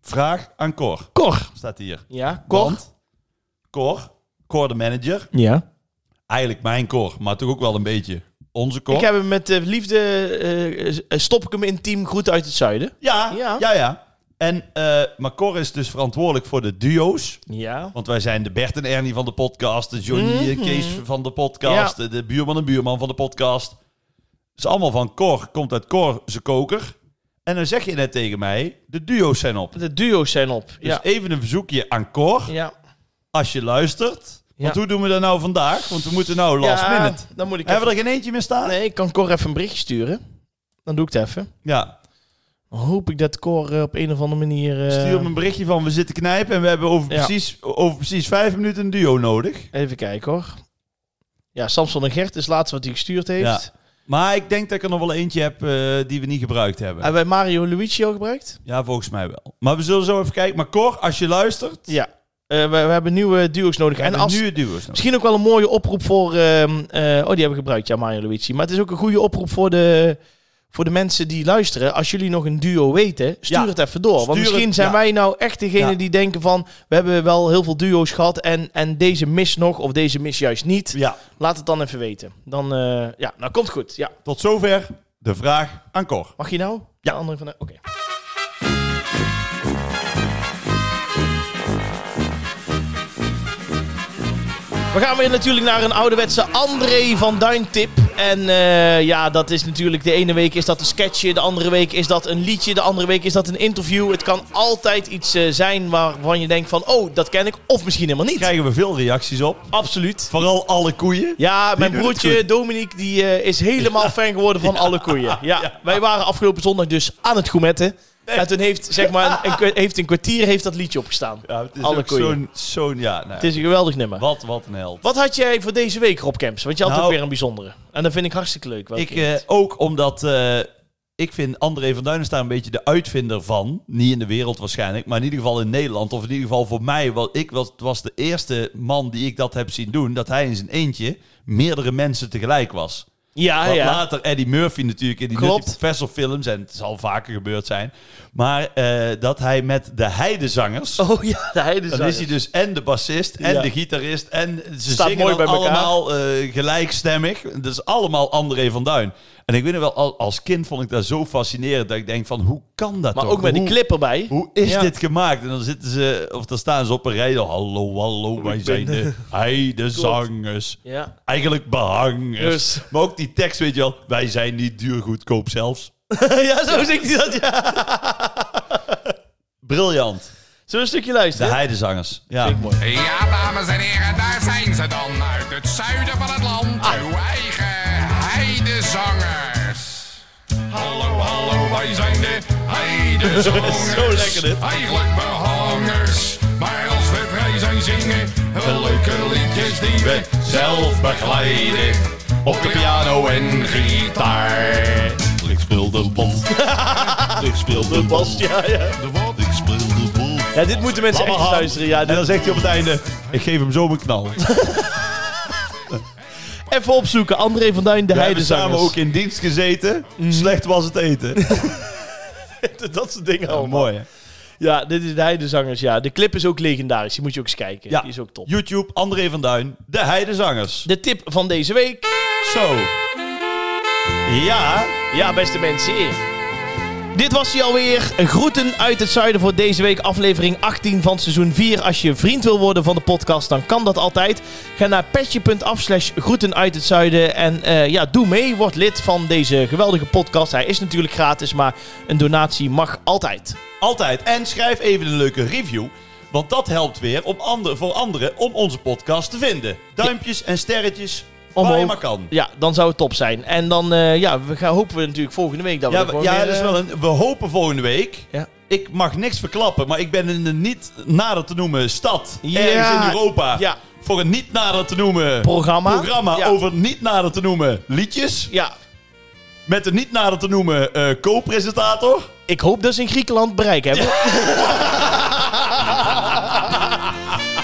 [SPEAKER 2] Vraag aan Cor,
[SPEAKER 1] Cor.
[SPEAKER 2] staat hier.
[SPEAKER 1] Ja, Cor.
[SPEAKER 2] Want Cor, Cor de manager,
[SPEAKER 1] Ja.
[SPEAKER 2] eigenlijk mijn Cor, maar toch ook wel een beetje onze Cor.
[SPEAKER 1] Ik heb hem met eh, liefde... eh, eh, stop ik hem in team Groet uit het Zuiden.
[SPEAKER 2] Ja,
[SPEAKER 1] Ja.
[SPEAKER 2] ja, ja. En, eh, maar Cor is dus verantwoordelijk voor de duo's.
[SPEAKER 1] Ja.
[SPEAKER 2] Want wij zijn de Bert en Ernie van de podcast, de Johnny en
[SPEAKER 1] Mhm.
[SPEAKER 2] Kees van de podcast, de buurman en buurman van de podcast. is allemaal van Cor, komt uit Cor, zijn koker. En dan zeg je net tegen mij, de duo's zijn op. Dus
[SPEAKER 1] De duo's zijn op. ja.
[SPEAKER 2] even een verzoekje aan Cor,
[SPEAKER 1] Ja.
[SPEAKER 2] als je luistert. Want
[SPEAKER 1] Ja.
[SPEAKER 2] hoe doen we dat nou vandaag? Want we moeten nou last
[SPEAKER 1] ja,
[SPEAKER 2] minute.
[SPEAKER 1] Dan moet ik even...
[SPEAKER 2] Hebben we er geen eentje meer staan?
[SPEAKER 1] Nee, ik kan Cor even een berichtje sturen. Dan doe ik het even.
[SPEAKER 2] Ja,
[SPEAKER 1] Dan hoop ik dat Cor eh, op een of andere manier... eh,
[SPEAKER 2] stuur me een berichtje van we zitten knijpen en we hebben over,
[SPEAKER 1] Ja.
[SPEAKER 2] precies, over precies vijf minuten een duo nodig.
[SPEAKER 1] Even kijken hoor. Ja, Samson en Gert is laatst wat hij gestuurd heeft.
[SPEAKER 2] Maar ik denk dat ik er nog wel eentje heb eh, die we niet gebruikt hebben.
[SPEAKER 1] Hebben wij Mario Luigi al gebruikt?
[SPEAKER 2] Ja, volgens mij wel. Maar we zullen zo even kijken. Maar Cor, als je luistert,
[SPEAKER 1] Ja. Eh, we, we hebben nieuwe duo's nodig.
[SPEAKER 2] en
[SPEAKER 1] En als,
[SPEAKER 2] nu het duo's nog.
[SPEAKER 1] misschien ook wel een mooie oproep voor... ehm, eh, oh, die hebben we gebruikt, ja, Mario Luigi. Maar het is ook een goede oproep voor de, voor de mensen die luisteren. Als jullie nog een duo weten, stuur
[SPEAKER 2] Ja.
[SPEAKER 1] het even door.
[SPEAKER 2] Stuur
[SPEAKER 1] Want misschien
[SPEAKER 2] het,
[SPEAKER 1] zijn
[SPEAKER 2] ja.
[SPEAKER 1] wij nou echt degene
[SPEAKER 2] Ja.
[SPEAKER 1] die denken van... We hebben wel heel veel duo's gehad en, en deze mis nog of deze mis juist niet.
[SPEAKER 2] Ja,
[SPEAKER 1] Laat het dan even weten. Dan, eh, ja, nou komt goed. Ja.
[SPEAKER 2] tot zover de vraag aan Cor.
[SPEAKER 1] Mag je nou? Ja, André van der- Oké. We gaan weer natuurlijk naar een ouderwetse André van Duin tip. En eh, ja, dat is natuurlijk de ene week is dat een sketchje, de andere week is dat een liedje, de andere week is dat een interview. Het kan altijd iets eh, zijn waarvan je denkt van, oh, dat ken ik, of misschien helemaal niet.
[SPEAKER 2] Krijgen we veel reacties op.
[SPEAKER 1] Absoluut.
[SPEAKER 2] Vooral alle koeien.
[SPEAKER 1] Ja, mijn
[SPEAKER 2] doen het
[SPEAKER 1] broertje
[SPEAKER 2] goed.
[SPEAKER 1] Dominique die, eh, is
[SPEAKER 2] [laughs]
[SPEAKER 1] helemaal fan geworden van alle koeien. Ja,
[SPEAKER 2] ja.
[SPEAKER 1] Wij waren afgelopen zondag dus aan het gourmetten. En toen heeft, zeg
[SPEAKER 2] [laughs]
[SPEAKER 1] maar, een, een- heeft een kwartier heeft dat liedje opgestaan.
[SPEAKER 2] Ja, het is
[SPEAKER 1] Alle
[SPEAKER 2] ook
[SPEAKER 1] koeien.
[SPEAKER 2] zo'n... zo'n ja, nou ja.
[SPEAKER 1] Het is een geweldig nummer. Wat,
[SPEAKER 2] Wat, wat een held.
[SPEAKER 1] had jij voor deze week, Rob Kemps? Want je had
[SPEAKER 2] Nou,
[SPEAKER 1] ook weer een bijzondere. En dat vind ik hartstikke leuk. welke
[SPEAKER 2] Ik,
[SPEAKER 1] keer
[SPEAKER 2] eh,
[SPEAKER 1] het.
[SPEAKER 2] ook omdat eh, ik vind André van Duinen daar een beetje de uitvinder van. Niet in de wereld waarschijnlijk, maar in ieder geval in Nederland. Of in ieder geval voor mij. Want ik was, was de eerste man die ik dat heb zien doen. Dat hij in zijn eentje meerdere mensen tegelijk was.
[SPEAKER 1] Ah, ja,
[SPEAKER 2] Wat
[SPEAKER 1] ja.
[SPEAKER 2] later Eddie Murphy natuurlijk in die
[SPEAKER 1] Klopt.
[SPEAKER 2] Nutty Professor films. En het zal vaker gebeurd zijn. Maar eh, dat hij met de heidezangers...
[SPEAKER 1] [laughs] Oh
[SPEAKER 2] Dan
[SPEAKER 1] ja, de
[SPEAKER 2] is hij
[SPEAKER 1] heidezangers.
[SPEAKER 2] dus en de bassist en
[SPEAKER 1] Ja.
[SPEAKER 2] de gitarist en ze
[SPEAKER 1] Staat
[SPEAKER 2] zingen
[SPEAKER 1] mooi
[SPEAKER 2] dan
[SPEAKER 1] bij elkaar.
[SPEAKER 2] allemaal eh, gelijkstemmig. Dat is allemaal André van Duin. En ik weet nog wel, al- als kind vond ik dat zo fascinerend dat ik denk van hoe kan dat
[SPEAKER 1] Maar
[SPEAKER 2] toch?
[SPEAKER 1] ook met die
[SPEAKER 2] Hoe-
[SPEAKER 1] clip erbij.
[SPEAKER 2] Hoe is
[SPEAKER 1] Ja.
[SPEAKER 2] dit gemaakt? En dan zitten ze, of dan staan ze op een rij. "Oh, Hallo,
[SPEAKER 1] Oh,
[SPEAKER 2] hallo, wij zijn de
[SPEAKER 1] [laughs]
[SPEAKER 2] heidezangers. [laughs]
[SPEAKER 1] Ja.
[SPEAKER 2] Eigenlijk behangers.
[SPEAKER 1] Dus.
[SPEAKER 2] Maar ook die tekst, weet je wel. Wij zijn niet duur goedkoop zelfs.
[SPEAKER 1] ja, zo zingt hij dat. Ja.
[SPEAKER 2] Briljant.
[SPEAKER 1] Zullen we een stukje
[SPEAKER 2] De
[SPEAKER 1] luisteren?
[SPEAKER 2] heidezangers. Ja.
[SPEAKER 4] Ja, dames en heren, daar zijn ze dan uit het zuiden van het land. Uw eigen heidezangers. Hallo, hallo, wij zijn de [laughs] zomers.
[SPEAKER 2] Zo lekker dit.
[SPEAKER 4] Eigenlijk behangers. Maar als we vrij zijn zingen we leuke liedjes die we zelf begeleiden. Op de piano en gitaar.
[SPEAKER 5] Ik speel de
[SPEAKER 4] [laughs]
[SPEAKER 5] bas. ik speel de bas.
[SPEAKER 1] Ja, ja.
[SPEAKER 5] De wat? Ik speel de bas.
[SPEAKER 1] ja, dit moeten mensen echt eens luisteren. Ja,
[SPEAKER 2] En
[SPEAKER 1] dit-
[SPEAKER 2] dan zegt hij op het einde, ik geef hem zo mijn
[SPEAKER 1] [laughs]
[SPEAKER 2] knal. We
[SPEAKER 1] Even opzoeken. André van Duin, de
[SPEAKER 2] hebben samen
[SPEAKER 1] Heidezangers. Mhm.
[SPEAKER 2] ook in dienst gezeten. Slecht was het eten.
[SPEAKER 1] [laughs] Dat soort dingen
[SPEAKER 2] Oh, mooi hè?
[SPEAKER 1] Ja, dit is de Heidezangers. Ja, de clip is ook legendarisch. Die moet je ook eens kijken. Die is ook top.
[SPEAKER 2] YouTube, André van Duin, de Heidezangers.
[SPEAKER 1] De tip van deze week.
[SPEAKER 2] Zo. Ja,
[SPEAKER 1] Ja, beste mensen. Dit was hij alweer. Groeten uit het zuiden voor deze week, aflevering 18 van seizoen 4. Als je vriend wil worden van de podcast, dan kan dat altijd. Ga naar petje.af slash groeten uit het zuiden. En eh, ja, doe mee. Word lid van deze geweldige podcast. Hij is natuurlijk gratis, maar een donatie mag altijd.
[SPEAKER 2] altijd. En schrijf even een leuke review. Want dat helpt weer om ander, voor anderen om onze podcast te vinden. Duimpjes en sterretjes, waar Oh, je
[SPEAKER 1] Omhoog.
[SPEAKER 2] maar kan.
[SPEAKER 1] Ja, dan zou het top zijn. En dan eh, ja, we gaan, hopen we natuurlijk volgende week dat we
[SPEAKER 2] Ja,
[SPEAKER 1] er
[SPEAKER 2] we-
[SPEAKER 1] gewoon
[SPEAKER 2] ja
[SPEAKER 1] weer,
[SPEAKER 2] dat is
[SPEAKER 1] eh,
[SPEAKER 2] wel een, we hopen volgende week.
[SPEAKER 1] Ja.
[SPEAKER 2] Ik mag niks verklappen, maar ik ben in een niet nader te noemen stad.
[SPEAKER 1] Ja.
[SPEAKER 2] Ergens in Europa.
[SPEAKER 1] Ja.
[SPEAKER 2] Voor een niet nader te noemen
[SPEAKER 1] Programma.
[SPEAKER 2] programma
[SPEAKER 1] Ja.
[SPEAKER 2] over niet nader te noemen liedjes.
[SPEAKER 1] Ja,
[SPEAKER 2] Met een niet nader te noemen eh, co-presentator.
[SPEAKER 1] ik hoop dat ze in Griekenland bereik hebben. [laughs]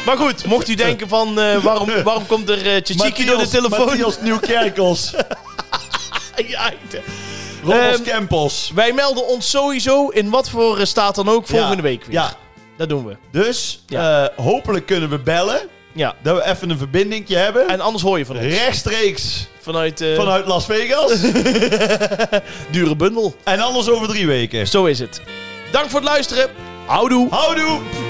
[SPEAKER 1] maar goed, mocht u denken van eh, waarom, waarom komt er eh Tsitsiki door de telefoon?
[SPEAKER 2] Matthias Nieuwkerkels.
[SPEAKER 1] [laughs] Ja, ik-
[SPEAKER 2] Ronald
[SPEAKER 1] Ehm,
[SPEAKER 2] Kempels.
[SPEAKER 1] wij melden ons sowieso in wat voor eh, staat dan ook volgende
[SPEAKER 2] Ja,
[SPEAKER 1] week weer.
[SPEAKER 2] Ja,
[SPEAKER 1] Dat doen we.
[SPEAKER 2] dus
[SPEAKER 1] Ja.
[SPEAKER 2] eh, hopelijk kunnen we bellen.
[SPEAKER 1] Ja.
[SPEAKER 2] Dat we even een verbindingje hebben.
[SPEAKER 1] En anders hoor je van ons.
[SPEAKER 2] Rechtstreeks
[SPEAKER 1] Vanuit, eh
[SPEAKER 2] vanuit Las Vegas.
[SPEAKER 1] [laughs] Dure Bundel.
[SPEAKER 2] en anders over drie weken.
[SPEAKER 1] Zo is het. Dank voor het luisteren. Houdoe.
[SPEAKER 2] Houdoe!